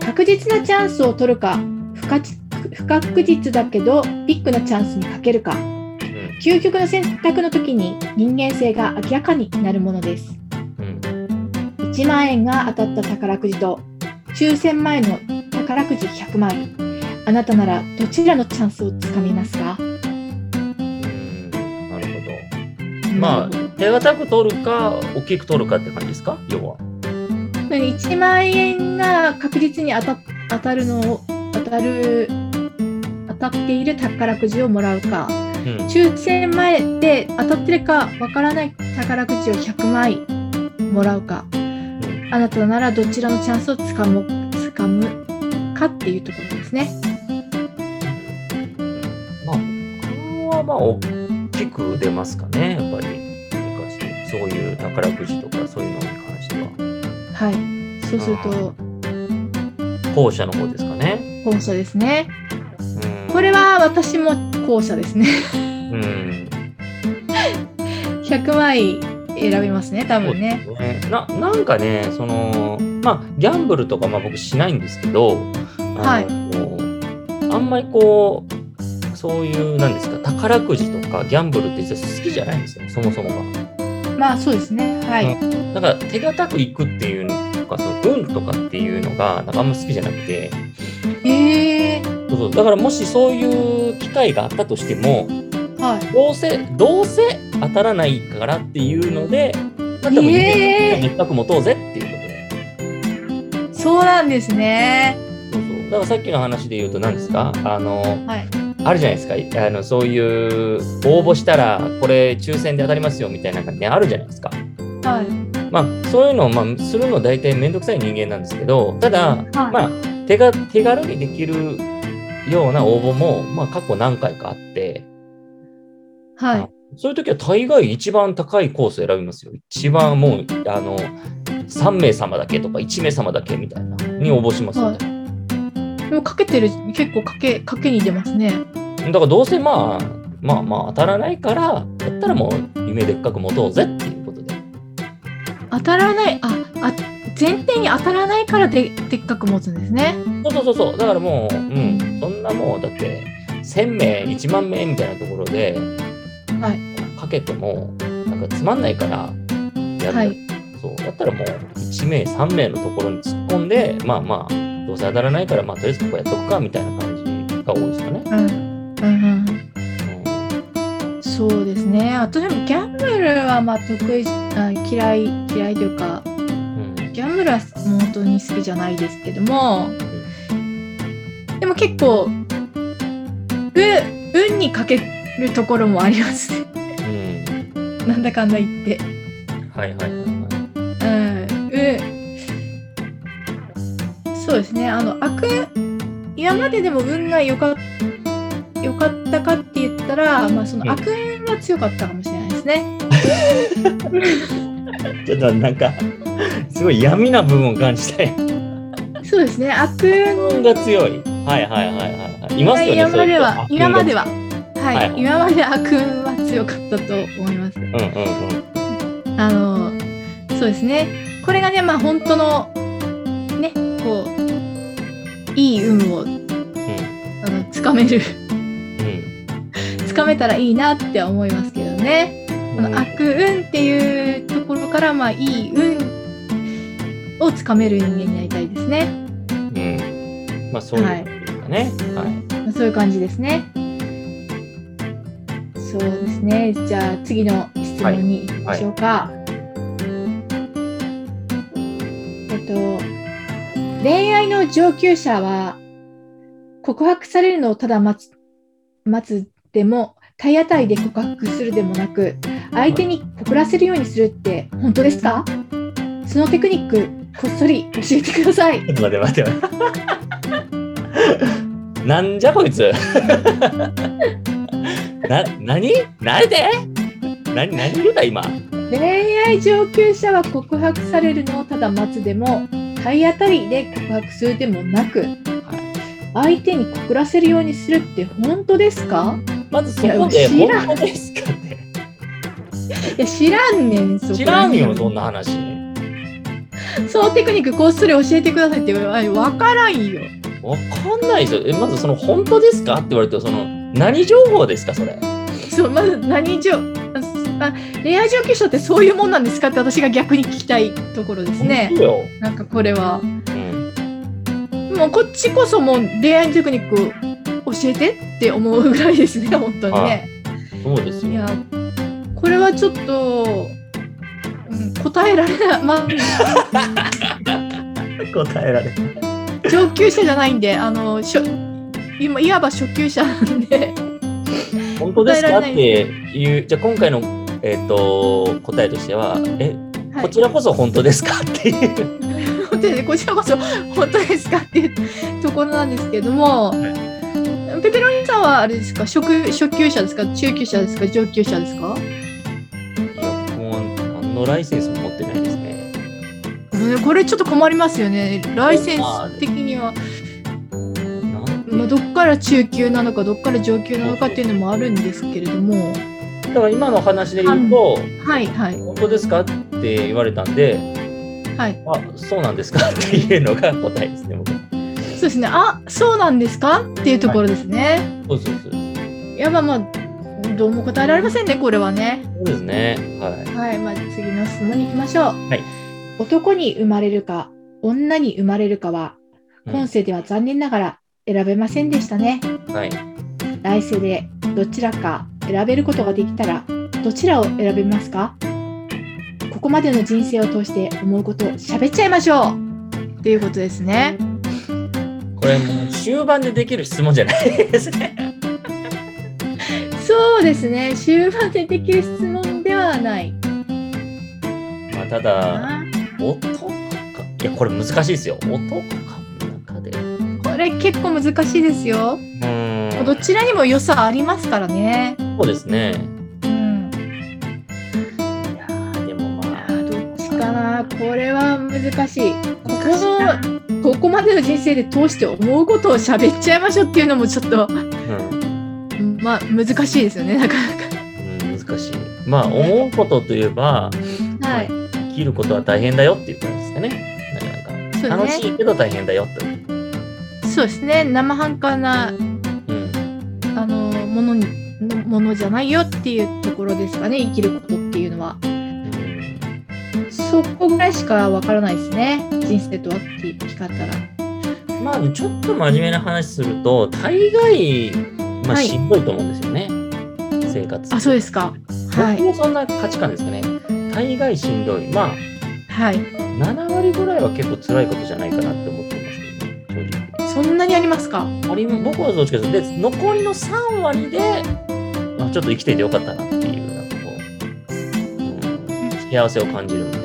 Speaker 1: 確実なチャンスを取るか不確不確実だけどビッグなチャンスにかけるか
Speaker 2: うん。
Speaker 1: 究極の選択の時に人間性が明らかになるものです
Speaker 2: うん。
Speaker 1: 1万円が当たった宝くじと抽選前の宝くじ100万円あなたならどちらのチャンスをつかみますか
Speaker 2: うん。なるほど。まあ、手堅く取るか、大きく取るかって感じですか、要は。
Speaker 1: 1万円が確実に当た当たるのを当たる当たっている宝くじをもらうか
Speaker 2: うん。
Speaker 1: 抽選前で当たってるかわからない宝くじを100枚もらうか
Speaker 2: うん
Speaker 1: あなたならどちらのチャンスをつかむつかむかっていうところですね。
Speaker 2: まあ、僕はまあ、大きく出ますかね、やっぱり。昔、そういう宝くじとか、そういうのに関しては。
Speaker 1: はい。そうすると
Speaker 2: 後者の方ですかね。
Speaker 1: 後者ですね。
Speaker 2: うん。
Speaker 1: これは私も後者ですね。
Speaker 2: う ん。
Speaker 1: 100枚選びますね、多分ね。
Speaker 2: そうですね。ななんかね、その、まあ、ギャンブルとか、まあ、僕しないんですけど、
Speaker 1: はい
Speaker 2: い、あんまりこう、そういう、なんですか、宝くじとかギャンブルって実は好きじゃないんですよ、そもそもが。
Speaker 1: まあそうですね。はい。
Speaker 2: だから手堅くいくっていうのとか、その運とかっていうのが、なんかあんま好きじゃなくて、
Speaker 1: えー、
Speaker 2: そうそうだからもしそういう機会があったとしても、
Speaker 1: はい。
Speaker 2: どうせ、どうせ当たらないからっていうので、まあ、でも、
Speaker 1: え
Speaker 2: 一泊持とうぜっていうことで。
Speaker 1: そうなんですね。
Speaker 2: そうそう。だからさっきの話で言うと何ですかあの、
Speaker 1: はい。
Speaker 2: あるじゃないですか。あの、そういう、応募したら、これ抽選で当たりますよみたいな感じね、あるじゃないですか。
Speaker 1: はい。
Speaker 2: まあ、そういうのを、まあ、するの大体めんどくさい人間なんですけど、ただ、
Speaker 1: はい
Speaker 2: まあ、手が、手軽にできるような応募も、まあ、過去何回かあって、
Speaker 1: はい。
Speaker 2: そういう時は大概一番高いコース選びますよ。一番もう、あの、3名様だけとか1名様だけみたいな、に応募しますよ、
Speaker 1: はいでもかけてる、結構かけ、かけに出ますね。
Speaker 2: だからどうせまあ、まあまあ当たらないから、だったらもう夢でっかく持とうぜっていうことで。
Speaker 1: 当たらない、あ、あ、前提に当たらないからで、でっかく持つんですね。
Speaker 2: そうそうそうそう、だからもう、うん、そんなもう、だって、1000名、1万名みたいなところで、
Speaker 1: はい
Speaker 2: かけても、なんかつまんないから、やる、
Speaker 1: はい
Speaker 2: そう、だったらもう、1名、3名のところに突っ込んで、まあまあ、どうせ当たらないから、まあ、とりあえずここやっとくか、みたいな感じが多いですかね。
Speaker 1: うん。うんうん。そうですね。私もギャンブルはまあ得意じあ嫌い嫌いというか
Speaker 2: うん。うん
Speaker 1: ギャンブルは本当に好きじゃないですけども、でも結構運運にかけるところもありますね。
Speaker 2: うん。
Speaker 1: なんだかんだ言って、
Speaker 2: はいはいはいはい。
Speaker 1: うん、運そうですね。あの悪今まででも運が良か良かったかって言ったら、まあその悪運は強かったかもしれないですね。
Speaker 2: ちょっとなんか、 すごい闇な部分を感じたい。
Speaker 1: そうですね。悪運
Speaker 2: 運が強い。はいはいはいはいはい。いますよね。
Speaker 1: 今ま
Speaker 2: そう
Speaker 1: では
Speaker 2: いう人
Speaker 1: 今まではは
Speaker 2: は
Speaker 1: い、
Speaker 2: いはい
Speaker 1: 今まで悪運は強かったと思います
Speaker 2: うんうんうん。
Speaker 1: あのそうですねこれがねまあ本当のねこういい運をあのつかめるつかめたらいいなって思いますけどね、
Speaker 2: うん。
Speaker 1: この悪運っていうところからまあいい運をつかめる人間になりたいですね。
Speaker 2: うん。まあそういうことですかね。はい。
Speaker 1: そういう感じですね。そうですね。じゃあ次の質問に行きましょうか。えっと、恋愛の上級者は告白されるのをただ待つ待つでも体当たりで告白するでもなく相手に告らせるようにするって本当ですかそのテクニックこっそり教えてください。
Speaker 2: ちょっと待って待って待って。 なんじゃこいつ。な、なに何で何、何言うた今。
Speaker 1: 恋愛上級者は告白されるのをただ待つでも体当たりで告白するでもなく相手に告らせるようにするって本当ですか
Speaker 2: まずそこで、
Speaker 1: いや
Speaker 2: 本当ですかって。
Speaker 1: いや知らんねんそこ
Speaker 2: 知らんよ、そんな話。
Speaker 1: そのテクニックこっそり教えてくださいって言われ分からんよ
Speaker 2: わかんないですよ。え、まずその、本当ですかって言われると、その、何情報ですか、それ。
Speaker 1: そうまず何上あ恋愛上級者ってそういうもんなんですかって私が逆に聞きたいところですね
Speaker 2: 本当よ。
Speaker 1: なんかこれは
Speaker 2: うん。
Speaker 1: もうこっちこそもう恋愛テクニック教えてって思うぐらいですね本当にね。
Speaker 2: はいそうですよ。
Speaker 1: いや、これはちょっと、うん答えられない、 ま
Speaker 2: 答えられ
Speaker 1: あ、上級者じゃないんで、あの、しょ今、いわば初級者なんで、
Speaker 2: 本当ですかっ
Speaker 1: 答えられない
Speaker 2: ていう、じゃあ今回の、えっと答えとしては、え、
Speaker 1: はい
Speaker 2: こちらこそ本当ですかっていう。
Speaker 1: 本当にこちらこそ、本当ですかっていうところなんですけども、ペペロニさんはあれですか初級、初級者ですか中級者ですか上級者ですか
Speaker 2: いや、もう何のライセンスも持ってないですね。
Speaker 1: うんこれちょっと困りますよね。ライセンス的には、
Speaker 2: なんて
Speaker 1: まあ、どっから中級なのか、どっから上級なのかっていうのもあるんですけれども、
Speaker 2: だから今の話で言うと、
Speaker 1: はいはい
Speaker 2: 本当ですかって言われたんで、
Speaker 1: はい。
Speaker 2: あ、そうなんですか っていうのが答えですね、僕。
Speaker 1: そうですね。あ、そうなんですかっていうところですね。
Speaker 2: そうそうそう。そ
Speaker 1: い、や、まあまあ、どうも答えられませんね、これはね。
Speaker 2: うですね。はい。
Speaker 1: はい、まあ、次の質問に行きましょう。
Speaker 2: はい
Speaker 1: 男に生まれるか、女に生まれるかは、
Speaker 2: うん
Speaker 1: 今世では残念ながら選べませんでしたね。
Speaker 2: はい。
Speaker 1: 来世でどちらか選べることができたら、どちらを選べますかここまでの人生を通して思うことを喋っちゃいましょうっていうことですね。
Speaker 2: これもう終盤でできる質問じゃないですね。
Speaker 1: そうですね。終盤でできる質問ではない。
Speaker 2: まあ、ただ、男か。いや、これ難しいですよ。男かの中で。う
Speaker 1: これ結構難しいですよ。
Speaker 2: ーん。
Speaker 1: どちらにも良さありますからね。
Speaker 2: そうですね。
Speaker 1: うん。
Speaker 2: いやーでもまあ、
Speaker 1: どっちかな。これは難しい。ここのここまでの人生で通して思うことを喋っちゃいましょうっていうのもちょっと
Speaker 2: うん、
Speaker 1: まあ難しいですよね。なか
Speaker 2: うん、難しい。まあ、思うことといえば、
Speaker 1: なか。はい。
Speaker 2: 生きることは大変だよっていう感じですかね。なんか
Speaker 1: そう
Speaker 2: 楽
Speaker 1: です
Speaker 2: し
Speaker 1: ね。
Speaker 2: いけど大変だよっていう。
Speaker 1: そうですね。生半可な
Speaker 2: うん。
Speaker 1: あのものにのものじゃないよっていうところですかね。生きることっていうのは。
Speaker 2: うん
Speaker 1: そこぐらいしかわからないですね。人生とはって生き方ら。
Speaker 2: まあ、ちょっと真面目な話すると、大概、まあ、
Speaker 1: はい
Speaker 2: しんどいと思うんですよね。生活。
Speaker 1: あ、そうですか。はい
Speaker 2: 僕。もそんな価値観ですかね。大概しんどい。まあ、
Speaker 1: はい。
Speaker 2: 7割ぐらいは結構辛いことじゃないかなって思ってますけどね、正直。
Speaker 1: そんなにありますか。
Speaker 2: あり僕はどっちかというとで残りの3割で、まあ、ちょっと生きていてよかったなっていうなんかこう、うん幸せを感じるみたい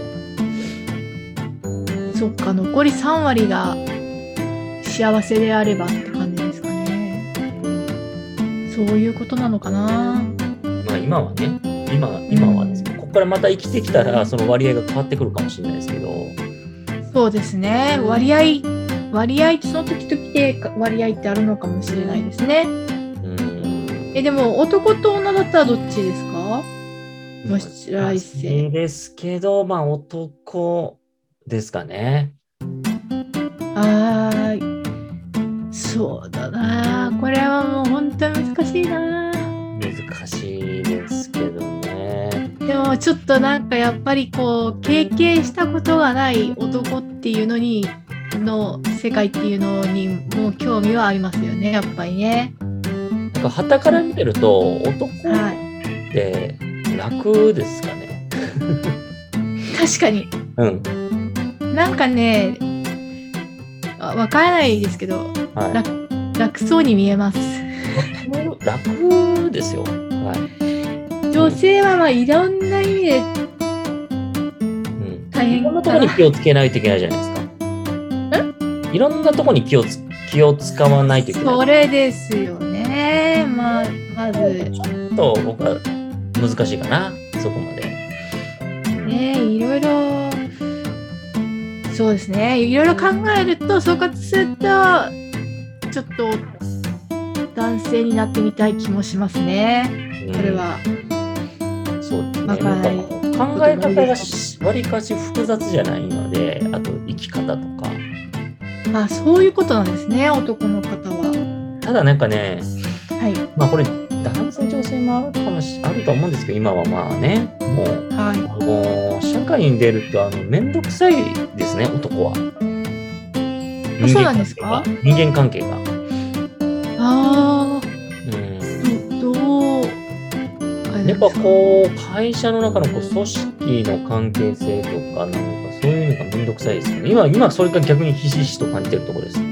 Speaker 1: そっか、残り3割が幸せであればって感じですかね。そういうことなのか
Speaker 2: な、
Speaker 1: な。
Speaker 2: まあ、今はね今今はですねここからまた生きてきたらその割合が変わってくるかもしれないですけど
Speaker 1: そうですね。割合、割合ってその時々で割合ってあるのかもしれないですね。
Speaker 2: うん
Speaker 1: え、でも男と女だったらどっちですかもし来世
Speaker 2: ですけどまあ男ですかね
Speaker 1: あー、そうだな。これはもう本当に難しいな。
Speaker 2: 難しいですけどね
Speaker 1: でももちょっとなんかやっぱりこう経験したことがない男っていうのにの世界っていうのにもう興味はありますよねやっぱりね。
Speaker 2: なんか旗から見てると男っ
Speaker 1: は
Speaker 2: て楽ですかね。
Speaker 1: い、確かに
Speaker 2: うん。
Speaker 1: なんかねあわからないですけど
Speaker 2: は
Speaker 1: 楽楽そうに見えます。
Speaker 2: い。楽ですよ。はい。
Speaker 1: 女性はまあいろんな意味で
Speaker 2: うん。
Speaker 1: 大
Speaker 2: い
Speaker 1: 変
Speaker 2: ろんなと
Speaker 1: か
Speaker 2: こに
Speaker 1: な。
Speaker 2: 気をつけないといけないじゃないですか。いろんなとこに気をつ気を使わないといけない。
Speaker 1: それですよね。まあまず
Speaker 2: ちょっと僕は難しいかな、そこまで。
Speaker 1: ねいろいろそうですねいろいろ考えると総括するとちょっと男性になってみたい気もしますね
Speaker 2: うん
Speaker 1: これ。は。
Speaker 2: そうですね。な
Speaker 1: わ
Speaker 2: ん
Speaker 1: から
Speaker 2: か
Speaker 1: ない
Speaker 2: 考え方がしわりかし複雑じゃないので、あと生き方とか。
Speaker 1: まあそういうことなんですね男の方は。
Speaker 2: ただなんかね、
Speaker 1: はい
Speaker 2: まあこれ男性女性もあるかもしあると思うんですけど、今はまあね、もう。
Speaker 1: はい。
Speaker 2: もう社会に出るとあの面倒くさいですね男は。
Speaker 1: あそうなんですか
Speaker 2: 人間関係が。人間関
Speaker 1: ああ
Speaker 2: 係がうん
Speaker 1: どどうあれ
Speaker 2: やっ
Speaker 1: なんで
Speaker 2: ぱ
Speaker 1: すか
Speaker 2: こう会社の中のこう組織の関係性とかなんかそういうのがめんどくさいですよね今今それが逆にひしひしと感じてるところです
Speaker 1: うー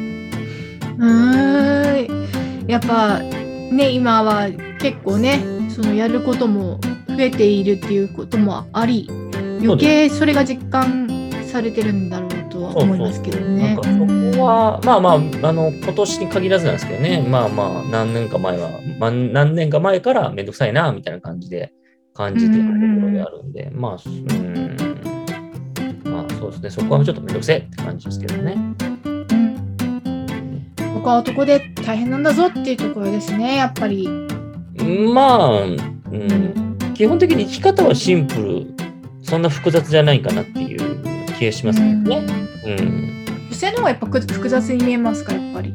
Speaker 1: んやっぱね今は結構ねそのやることも増えているっていうこともあり余計それが実感されてるんだろうとは思いますけど
Speaker 2: なん
Speaker 1: ね
Speaker 2: か。そこはまあまああの今年に限らずなんですけどねまあまあ何年か前は、まあ、何年か前からめんどくさいなみたいな感じで感じてるところであるんで、まあうんまあそうですねそこはちょっとめんどくせえって感じですけどね。
Speaker 1: うん僕は男で大変なんだぞっていうところですねやっぱり。
Speaker 2: まあ、うん、基本的に生き方はシンプル、そんな複雑じゃないかなっていう気がしますけどね。うん、
Speaker 1: 女性の方がやっぱく複雑に見えますかやっぱり。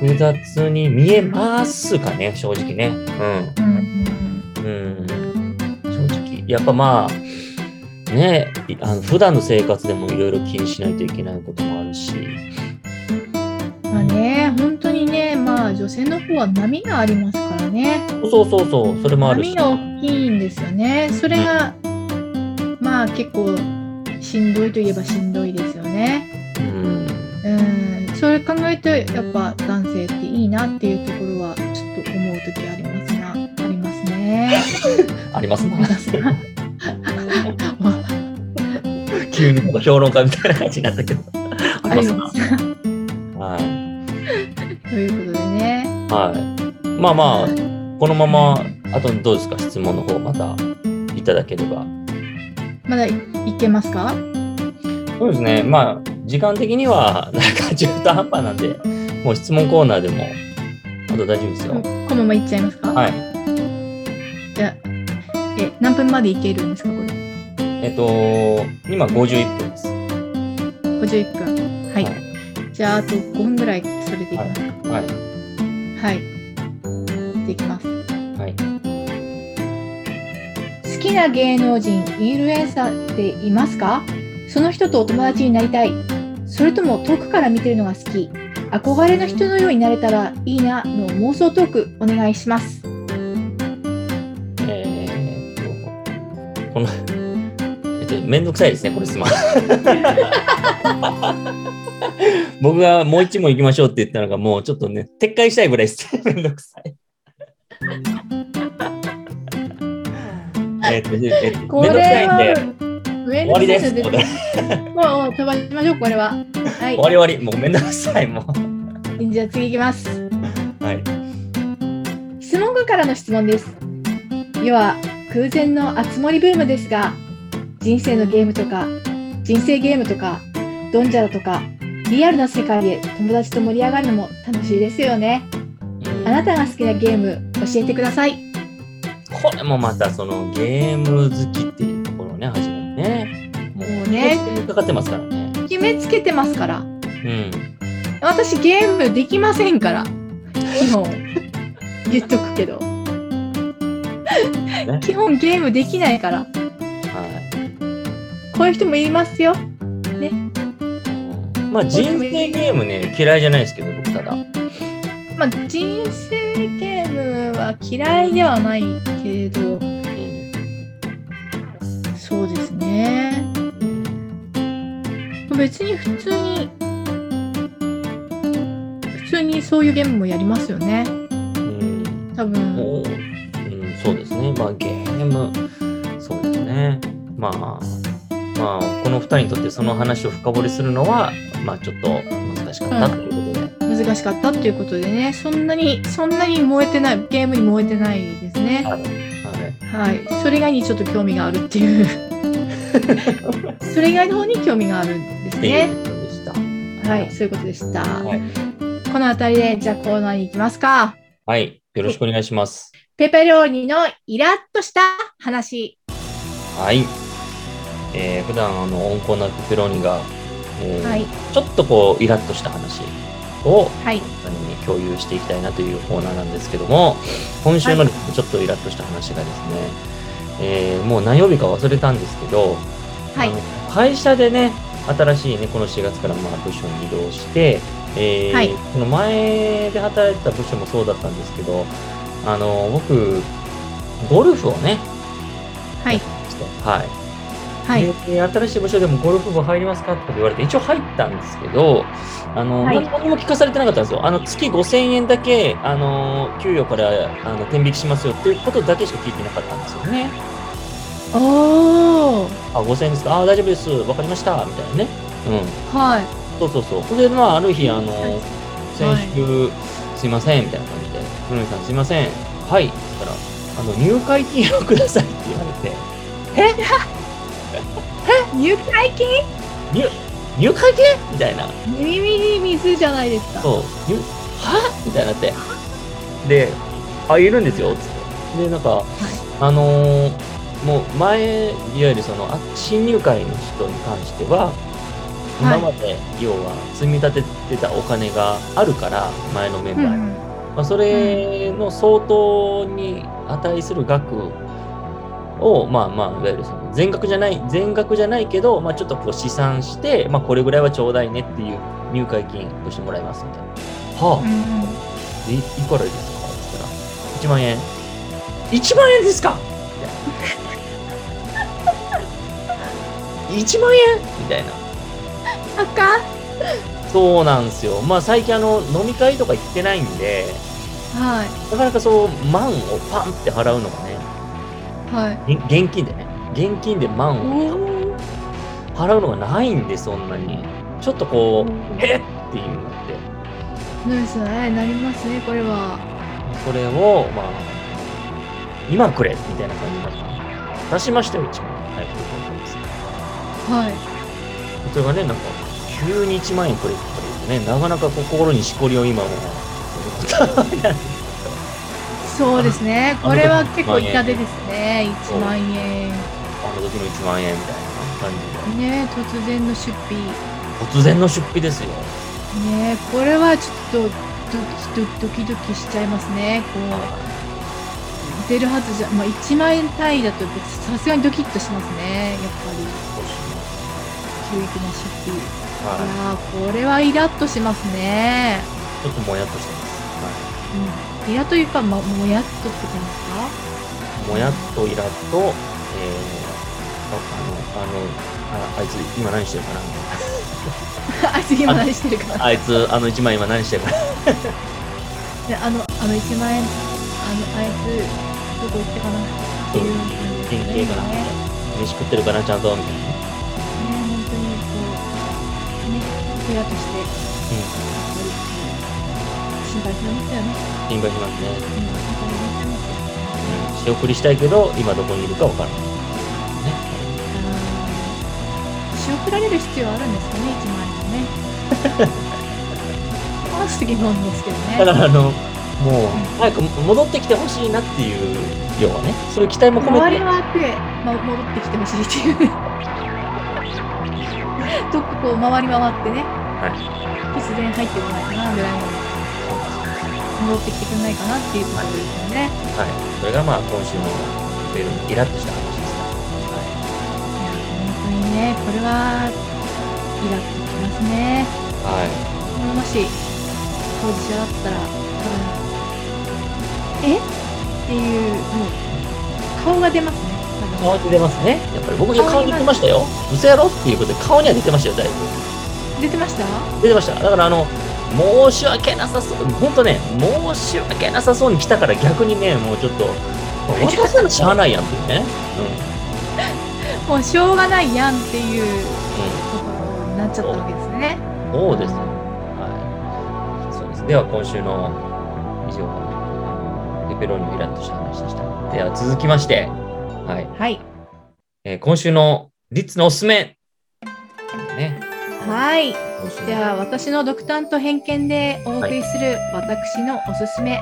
Speaker 2: 複雑に見えますかね、正直ね。
Speaker 1: うん
Speaker 2: うん、うん、正直。やっぱまあ、ね、いあの普段の生活でもいろいろ気にしないといけないこともあるし、
Speaker 1: まあね本当にねまあ女性の方は波がありますからね。
Speaker 2: そうそうそう、それもある
Speaker 1: 波
Speaker 2: し。
Speaker 1: が大きいんですよね。それが、まあ結構しんどいといえばしんどいですよね。
Speaker 2: うん
Speaker 1: うん、それ考えてやっぱ男性っていいなっていうところはちょっと思う時ありますな。ありますね。
Speaker 2: あります
Speaker 1: あり
Speaker 2: な。
Speaker 1: ますな
Speaker 2: 急になんか評論家みたいな感じになったけど。 あ
Speaker 1: あ
Speaker 2: り
Speaker 1: り
Speaker 2: ま
Speaker 1: ますすな。
Speaker 2: な。はい。
Speaker 1: ということでね。
Speaker 2: はい。まあまあ、このまま、あとどうですか、質問の方またいただければ。
Speaker 1: まだいけますか？
Speaker 2: そうですね、まあ、時間的には、なんか中途半端なんで、もう質問コーナーでも、あと大丈夫ですよ。
Speaker 1: このままいっちゃいますか？
Speaker 2: はい。
Speaker 1: じゃあえ何分までいけるんですかこれ？
Speaker 2: えっと、今51分です。
Speaker 1: 五十一分。はい。
Speaker 2: はい
Speaker 1: じゃああと五分ぐらいそれでいきます。
Speaker 2: はい。
Speaker 1: はい。できます。
Speaker 2: はい。
Speaker 3: 好きな芸能人インフルエンサーっていますかその人とお友達になりたいそれとも遠くから見てるのが好き憧れの人のようになれたらいいなの妄想トークお願いします
Speaker 2: えー、っと、この、えっと、めんどくさいですね、これ 質問。僕がもう一問行きましょうって言ったのが、もうちょっとね、撤回したいぐらいです。めんどく さい。えっと、えっと
Speaker 1: こ
Speaker 2: めんどくさ
Speaker 1: れ
Speaker 2: いん
Speaker 1: は
Speaker 2: で、
Speaker 1: 上
Speaker 2: 終わりで
Speaker 1: の
Speaker 2: す。
Speaker 1: 人
Speaker 2: こ
Speaker 1: も
Speaker 2: れ
Speaker 1: うもう飛ばしましょうこれは。は
Speaker 2: 終わり終わり。もうめんどくさい、も
Speaker 1: い。じゃあ次いきます。
Speaker 2: う。はい。
Speaker 3: 質問部からの質問です世は空前の熱盛ブームですが人生のゲームとか人生ゲームとかドンジャラとかリアルな世界で友達と盛り上がるのも楽しいですよねあなたが好きなゲーム教えてください
Speaker 2: これもまた、その、ゲーム好きっていうところをね、初めにね。も
Speaker 1: も
Speaker 2: う
Speaker 1: うね
Speaker 2: ね、かかってますからね。
Speaker 1: 決めつけてますから。
Speaker 2: うん。
Speaker 1: 私ゲームできませんから。基本。言っとくけど。
Speaker 2: ね
Speaker 1: 基本ゲームできないから
Speaker 2: は
Speaker 1: こういう人もいますよ
Speaker 2: い。まあ人生ゲームね、嫌いじゃないですけど、僕ただ。
Speaker 1: まあ人生ゲームは嫌いではないけれど
Speaker 2: うん
Speaker 1: そうですね別に普通に普通にそういうゲームもやりますよね
Speaker 2: うん
Speaker 1: 多分
Speaker 2: もううん、そうですね。まあゲーム、そうですね。まあ、まあ、この二人にとってその話を深掘りするのは、まあちょっと難しかったということで。
Speaker 1: 難しかったっていうことでねそんなにそんなに燃えてないゲームに燃えてないですね
Speaker 2: はい。
Speaker 1: はい、それ以外にちょっと興味があるっていうそれ以外の方に興味があるんです
Speaker 2: ってい
Speaker 1: ね
Speaker 2: うことでした。
Speaker 1: はいそういうことでした、
Speaker 2: はい
Speaker 1: この辺りでじゃあコーナーに行きますか
Speaker 2: はい。よろしくお願いします。
Speaker 1: ペペローニのイラッとした話
Speaker 2: はい。えー、普段あの温厚なペペローニが、えー
Speaker 1: はい
Speaker 2: ちょっとこうイラッとした話を
Speaker 1: はい
Speaker 2: 他人に共有していきたいなというコーナーなんですけども、今週のですねちょっとイラッとした話がですね、えーもう何曜日か忘れたんですけど、
Speaker 1: はい
Speaker 2: あの会社でね、新しいね、この4月からまあ部署に移動して、えー
Speaker 1: はい
Speaker 2: その前で働いてた部署もそうだったんですけど、あの、僕、ゴルフをね、
Speaker 1: はい
Speaker 2: してはい。
Speaker 1: はい
Speaker 2: で新しい部署でもゴルフ部入りますかって言われて一応入ったんですけどあの、
Speaker 1: はい
Speaker 2: 何も聞かされてなかったんですよあの月5000円だけあの給与からあの転引きしますよっていうことだけしか聞いてなかったんですよね
Speaker 1: おー
Speaker 2: あ5000円ですかあ大丈夫ですわかりましたみたいなねうん
Speaker 1: はい
Speaker 2: そうそうそうそれでまあある日あの
Speaker 1: はい
Speaker 2: 先週、すいませんみたいな感じで「古海さんすいませんはい」って言ったら「あの入会金をください」って言われて
Speaker 1: 入会金
Speaker 2: 「入入会金?」みたいな
Speaker 1: 耳に水じゃないですか
Speaker 2: そう「ゆはみたいになってで「あいるんですよ」っつってでなんか、あのーもう前いわゆるそのあ新入会の人に関しては
Speaker 1: は
Speaker 2: 今
Speaker 1: い
Speaker 2: まで要は積み立ててたお金があるから前のメン
Speaker 1: う
Speaker 2: バーに、
Speaker 1: ん
Speaker 2: まあ、それの相当に値する額をまあまあいわゆるその全額じゃない全額じゃないけど、まあ、ちょっとこう試算して、まあ、これぐらいはちょうだいねっていう入会金としてもらいますみたいな。はあ
Speaker 1: う、ん
Speaker 2: でいいくらですかって言ったら1万円1万円ですかみたいな1万円みたいな
Speaker 1: あかん
Speaker 2: そうなんですよまあ最近あの飲み会とか行ってないんで
Speaker 1: はい
Speaker 2: なかなかそう万をパンって払うのがね
Speaker 1: はい
Speaker 2: げ現金でね現金で万を
Speaker 1: おー
Speaker 2: 払うのがないんでそんなにちょっとこうへっっていうのがあって
Speaker 1: そうですねなりますねこれは
Speaker 2: それをまあ今くれみたいな感じになった出しましたよ1万円はい
Speaker 1: はい
Speaker 2: それがね、なんか、急に1万円くれって言ってね、なかなかこう 心にしこりを今も、
Speaker 1: そうですね。
Speaker 2: あ
Speaker 1: これは
Speaker 2: あの
Speaker 1: 結構痛手ですね。
Speaker 2: そう
Speaker 1: 1万円。
Speaker 2: あの時の1万円みたいな感じ
Speaker 1: ね突然の出費。
Speaker 2: で、突然の出費ですよ。
Speaker 1: ねこれはちょっとドキドキドキドキしちゃいますね。こう、出るはずじゃ、まあ1万円単位だと別さすがにドキッとしますね。やっぱり、急激な出費。い
Speaker 2: は
Speaker 1: やーこれはイラッとしますね。
Speaker 2: い。ちょっともやっとしてます。
Speaker 1: うん。イラというか、ま、もやっとって感じ
Speaker 2: はい、もやっとイラっと、えー、ああの、あの、ああいつ今何してるかなみたい
Speaker 1: ですか あいつ今何してるか
Speaker 2: な。 あいつ、あの1万円今何してる かな。
Speaker 1: であの、あの1万円、あの、あいつ、どこ行ったかなっていう
Speaker 2: 元気かな
Speaker 1: ね、ね
Speaker 2: 飯食ってるかなちゃんとみたいな。
Speaker 1: 本当にこう、ね、親として、心配しますよね。
Speaker 2: うん。心配しますね。
Speaker 1: うん本
Speaker 2: うん仕送りしたいけど、今どこにいるかわからない。
Speaker 1: 当にねあー仕送られる必要あるんですかね、1万円もね。 まあ、ちょっと疑問ですけど
Speaker 2: だ
Speaker 1: ね。
Speaker 2: からあの、もう、早く戻ってきてほしいなっていう、要はね、そういう期待も込
Speaker 1: 周
Speaker 2: め
Speaker 1: り
Speaker 2: て、
Speaker 1: はあって、ま、戻ってきてほしいっていう。どっかこう回り回ってね、
Speaker 2: はい
Speaker 1: 必然入ってこないかなぐらいの戻ってきてくんないかなっていうところですよね。
Speaker 2: はい、それがまあ今週の増えるイラッとした話です、は
Speaker 1: 本当にねこれはイラッときますね
Speaker 2: いは
Speaker 1: もし当事者だったら多分えっていうもう顔が出ますね
Speaker 2: い、
Speaker 1: 多分
Speaker 2: 顔に出ますねやっぱり僕に顔に出てましたよ嘘やろっていうことで顔には出てましたよだいぶ
Speaker 1: 出てました
Speaker 2: 出てましただからあの申し訳なさそう本当ね申し訳なさそうに来たから逆にねもうちょっと渡せなしゃあないやんっていうね
Speaker 1: もうしょうがないやんっていう
Speaker 2: うん、うん
Speaker 1: ところになっちゃったわけですね
Speaker 2: そうですね。はい。そうです。では今週の以上あのペペロニのイラッとした話でした。では続きまして、はい。
Speaker 1: はい
Speaker 2: えー今週のリッツのおすすめ。ね。
Speaker 1: はい
Speaker 2: 今週の
Speaker 1: では私の独断と偏見でお送りする私のおすすめ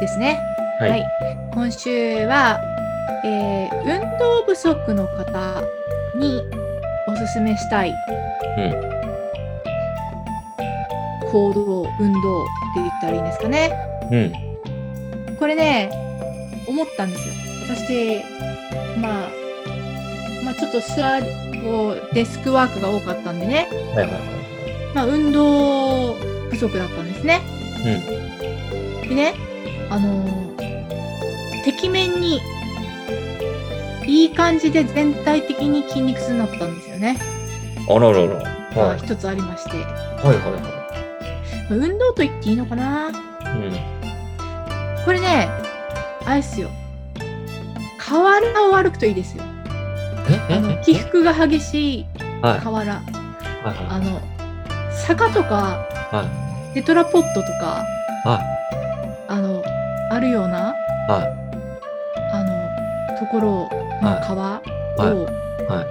Speaker 1: ですね。
Speaker 2: はい
Speaker 1: 今週は、えー運動不足の方におすすめしたい、
Speaker 2: うん
Speaker 1: 行動運動って言ったらいいんですかね。
Speaker 2: うん。
Speaker 1: これね思ったんですよ私まあまあちょっと座りこうデスクワークが多かったんでね
Speaker 2: はいはいは
Speaker 1: まあ、運動不足だったんですね。でね、あのー、てきめんに、いい感じで全体的に筋肉痛になったんですよね。
Speaker 2: い。あららら。
Speaker 1: まあ
Speaker 2: はい。
Speaker 1: 一つありまして。ま
Speaker 2: はいは
Speaker 1: あ運動と言っていいのかない
Speaker 2: はい。うん。
Speaker 1: これね、あれっすよ。河原を歩くといいですよ。
Speaker 2: え
Speaker 1: あの起伏が激しい
Speaker 2: はい
Speaker 1: 河原。
Speaker 2: はい
Speaker 1: あ
Speaker 2: は
Speaker 1: の、坂とか、
Speaker 2: いは
Speaker 1: テトラポットとか、
Speaker 2: いはい
Speaker 1: あの、あるような、
Speaker 2: は
Speaker 1: あのところの川を、
Speaker 2: はいは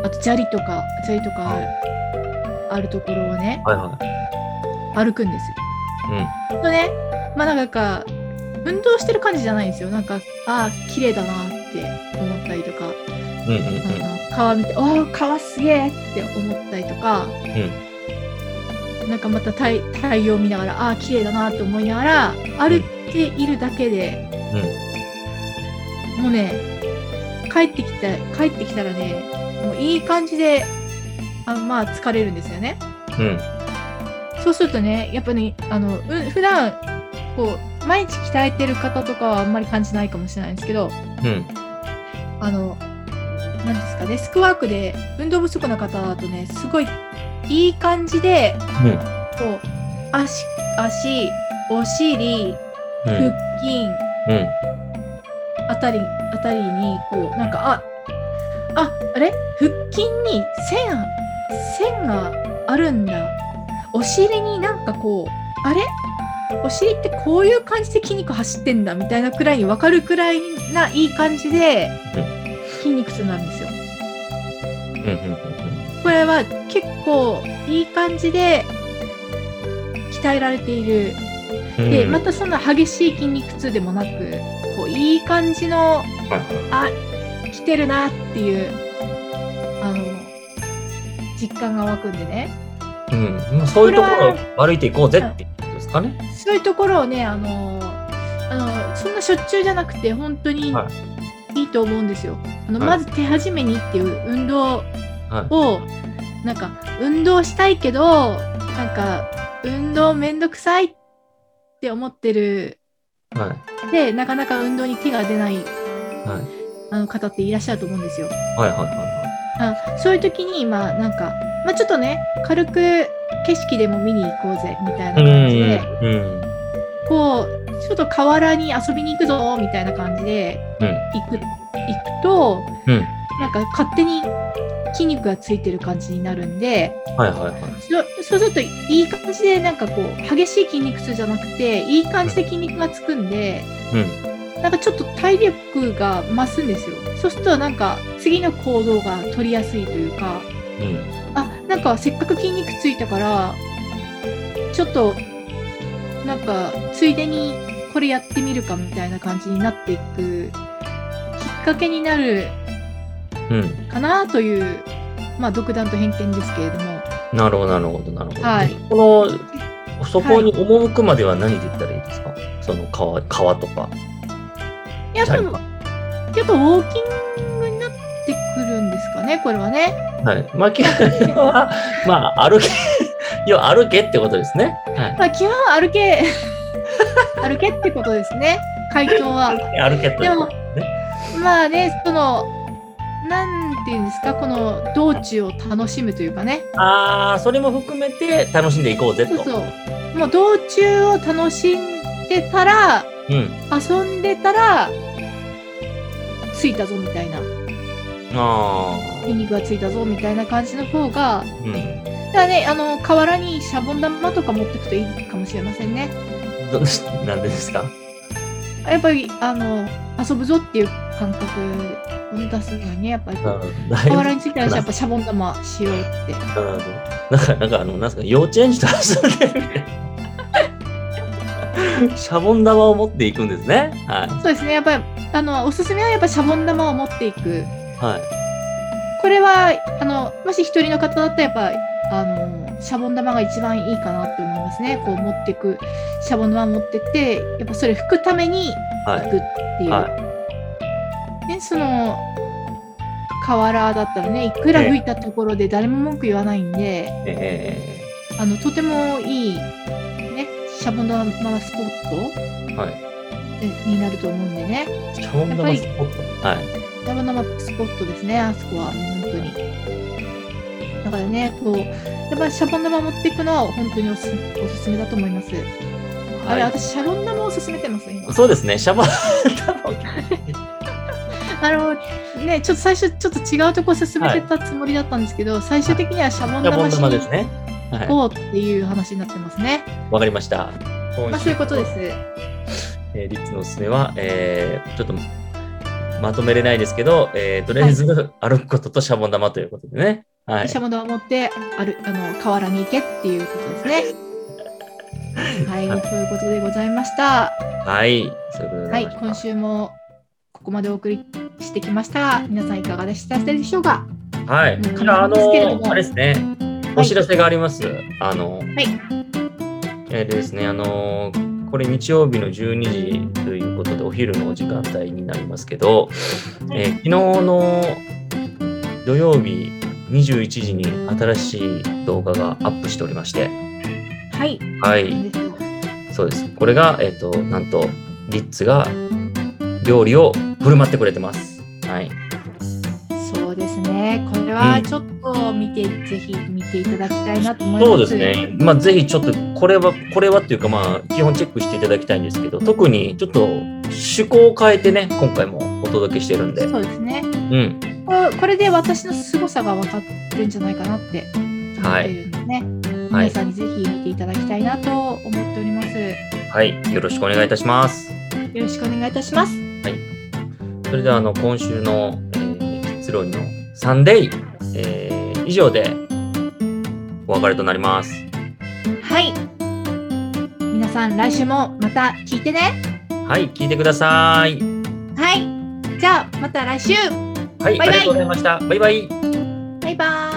Speaker 2: い
Speaker 1: あと砂利とか砂利とか
Speaker 2: は
Speaker 1: あるところをね
Speaker 2: いはい
Speaker 1: 歩くんです
Speaker 2: は
Speaker 1: よ。とねまあなんか運動してる感じじゃないんですよなんかああ綺麗だなって思ったりとか、
Speaker 2: い。うんうんうんうん。
Speaker 1: あの川見てああ川すげえって思ったりとか、なんかまた太太陽見ながらああ綺麗だなって思いながら歩いているだけで
Speaker 2: うん。
Speaker 1: もうね、帰ってきた、帰ってきたらね、もういい感じで、あまあ疲れるんですよね。
Speaker 2: うん。
Speaker 1: そうするとね、やっぱね、あの、う普段、こう、毎日鍛えてる方とかはあんまり感じないかもしれないんですけど、
Speaker 2: うん。
Speaker 1: あの、なんですかね、デスクワークで運動不足な方だとね、すごいいい感じで、
Speaker 2: うん。
Speaker 1: こう、足、足、お尻、
Speaker 2: うん。
Speaker 1: 腹筋、
Speaker 2: うん。
Speaker 1: あたり、あたりに、こう、なんか、あ、あ、あれ腹筋に線、線があるんだ。お尻になんかこう、あれお尻ってこういう感じで筋肉走ってんだみたいなくらいに分かるくらいないい感じで筋肉痛なんですよ。
Speaker 2: うん。うん。
Speaker 1: これは結構いい感じで鍛えられている
Speaker 2: うん。
Speaker 1: で
Speaker 2: うん
Speaker 1: またそんな激しい筋肉痛でもなくこういい感じの
Speaker 2: はいは
Speaker 1: あ来てるなっていうあの実感が湧くんでね
Speaker 2: いうん。まあそういうところ
Speaker 1: こ
Speaker 2: を歩いていこうぜっていうことですかね。
Speaker 1: そういうところをねあのあのそんなしょっちゅうじゃなくて本当に
Speaker 2: はい
Speaker 1: いと思うんですよ。あの
Speaker 2: はい
Speaker 1: まず手始めにっていう運動
Speaker 2: はい。
Speaker 1: をなんか運動したいけどなんか運動めんどくさいって思ってる
Speaker 2: はい。
Speaker 1: でなかなか運動に手が出ない
Speaker 2: はい。
Speaker 1: あの方っていらっしゃると思うんですよ。
Speaker 2: はいはいは
Speaker 1: あそういう時にまあなんか、まあ、ちょっとね軽く景色でも見に行こうぜみたいな
Speaker 2: は
Speaker 1: い
Speaker 2: い。
Speaker 1: 感じで
Speaker 2: うん。うん。
Speaker 1: こうちょっと河原に遊びに行くぞみたいな感じで
Speaker 2: うん。
Speaker 1: 行く行くと
Speaker 2: うん。
Speaker 1: なんか勝手に筋肉がついてる感じになるんで
Speaker 2: はいはいはい。
Speaker 1: そそうするといい感じでなんかこう激しい筋肉痛じゃなくていい感じで筋肉がつくんで
Speaker 2: うん。
Speaker 1: なんかちょっと体力が増すんですよそうするとなんか次の行動が取りやすいというか。
Speaker 2: うん。
Speaker 1: あなんかせっかく筋肉ついたからちょっとなんかついでにこれやってみるかみたいな感じになっていくきっかけになる
Speaker 2: うん。
Speaker 1: かなというまあ独断と偏見ですけれども
Speaker 2: なるほどなるほどなるほど。
Speaker 1: はい
Speaker 2: でこの、そこに赴くまでは何で言ったらいいですかその川、川とか。
Speaker 1: いや
Speaker 2: 砂
Speaker 1: で
Speaker 2: 利
Speaker 1: も
Speaker 2: か
Speaker 1: やっぱウォーキングになってくるんですかね、これはね。
Speaker 2: はい。まあ、基本は、まあ、歩け、要は歩けってことですね。はい。
Speaker 1: まあ、基本歩け、歩けってことですね、回答は。
Speaker 2: 歩けってこと
Speaker 1: でも
Speaker 2: ね。
Speaker 1: まあね、その、なんていうんですか、この道中を楽しむというかね、
Speaker 2: ああ、それも含めて楽しんでいこうぜと。
Speaker 1: そうそう、もう道中を楽しんでたら、
Speaker 2: うん。
Speaker 1: 遊んでたら、着いたぞみたいな、
Speaker 2: あ
Speaker 1: 筋肉がついたぞみたいな感じの方が、
Speaker 2: あ。うん。
Speaker 1: だからね、あの、河原にシャボン玉とか持ってくといいかもしれませんね。
Speaker 2: どなんでですか
Speaker 1: やっぱり、あの、遊ぶぞっていう感覚をね出すにはね、やっぱり、
Speaker 2: なる
Speaker 1: 河
Speaker 2: ほどだいぶ
Speaker 1: 原についたらやっぱシャボン玉しようって。
Speaker 2: なるほどなんか、なんか、あの、なんすか、幼稚園児と遊んでるみたいな。シャボン玉を持っていくんですね。は
Speaker 1: そうですね、やっぱり、あの、おすすめはやっぱシャボン玉を持っていく。
Speaker 2: い。はい。
Speaker 1: これは、あの、もし一人の方だったら、やっぱり、あの、シャボン玉が一番いいかなって思いますね。こう持ってく、シャボン玉持ってって、やっぱそれ拭くために
Speaker 2: は
Speaker 1: 行
Speaker 2: い。
Speaker 1: くっていう。
Speaker 2: は
Speaker 1: ね、その河原だったらねいくら吹いたところで誰も文句言わないんで、
Speaker 2: い。え
Speaker 1: あのとてもいい、ね、シャボン玉スポッ
Speaker 2: えはい。
Speaker 1: トえになると思うんでね
Speaker 2: シャボン玉スポット。はい。
Speaker 1: シャボン玉スポットですねあそこは本当にだからねこうやっぱりシャボン玉持っていくのは本当におすおすすめだと思います、あれ
Speaker 2: はい
Speaker 1: 私シャボン玉を勧めてます今
Speaker 2: そうですね。シャボン玉を。
Speaker 1: あのねちょっと最初ちょっと違うとこ勧めてたつもりだったんですけど、最終的にはシャボン
Speaker 2: シャボ
Speaker 1: 玉
Speaker 2: ン
Speaker 1: し
Speaker 2: 玉
Speaker 1: に
Speaker 2: ですね。はい。
Speaker 1: こうっていう話になってますね。
Speaker 2: わかりました。
Speaker 1: まあそういうことです。
Speaker 2: えーリッツのおすすめは、えーちょっとまとめれないですけど、えーとりあえず 歩くこととシャボン玉ということでね。はい
Speaker 1: シ。ャボン玉持ってあるあの河原に行けっていうことですね。はい、
Speaker 2: はい
Speaker 1: そういうことでございました。
Speaker 2: はい。そういうことでござ
Speaker 1: はいい
Speaker 2: まし、た
Speaker 1: 今週もここまでお送りしてきました。皆さんいかがでしたでしょうか。
Speaker 2: はい。
Speaker 1: うん
Speaker 2: から、あの
Speaker 1: ですけれども。
Speaker 2: あれですね。お知らせがあります。あの、はいえーですね、あのこれ日曜日の12時ということで、お昼のお時間帯になりますけど、えー昨日の土曜日21時に新しい動画がアップしておりまして、
Speaker 1: はい。
Speaker 2: はい。
Speaker 1: 何でしょう
Speaker 2: そうです。これが、えっ、と、なんと、リッツが料理を振る舞ってくれてます。はい。
Speaker 1: そうですね。これは
Speaker 2: うん
Speaker 1: ちょっと見て、ぜひ見ていただきたいなと思います。
Speaker 2: そうです。ね。まあ、ぜひちょっと、これは、これはっていうか、まあ、基本チェックしていただきたいんですけど、特にちょっと趣向を変えてね、今回もお届けしてるんで。
Speaker 1: そうですね。
Speaker 2: うん。
Speaker 1: これこれで私の凄さが分かってるんじゃないかなって思っているんでね。
Speaker 2: はい
Speaker 1: 皆さんにぜひ見ていただきたいなと思っております。よ
Speaker 2: はい。よろしくお願いいたします。
Speaker 1: ろしくお願いいたします。
Speaker 2: それでは、あの、今週の、えー、キッズロイのサンデー、えー以上で、お別れとなります。
Speaker 1: はい。皆さん来週もまた聞いてね。
Speaker 2: はい。聞いてください。
Speaker 1: はい。じゃあまた来週。
Speaker 2: はい。
Speaker 1: バイバイ
Speaker 2: ありがとうございました。バイバイ。
Speaker 1: バイバーイ。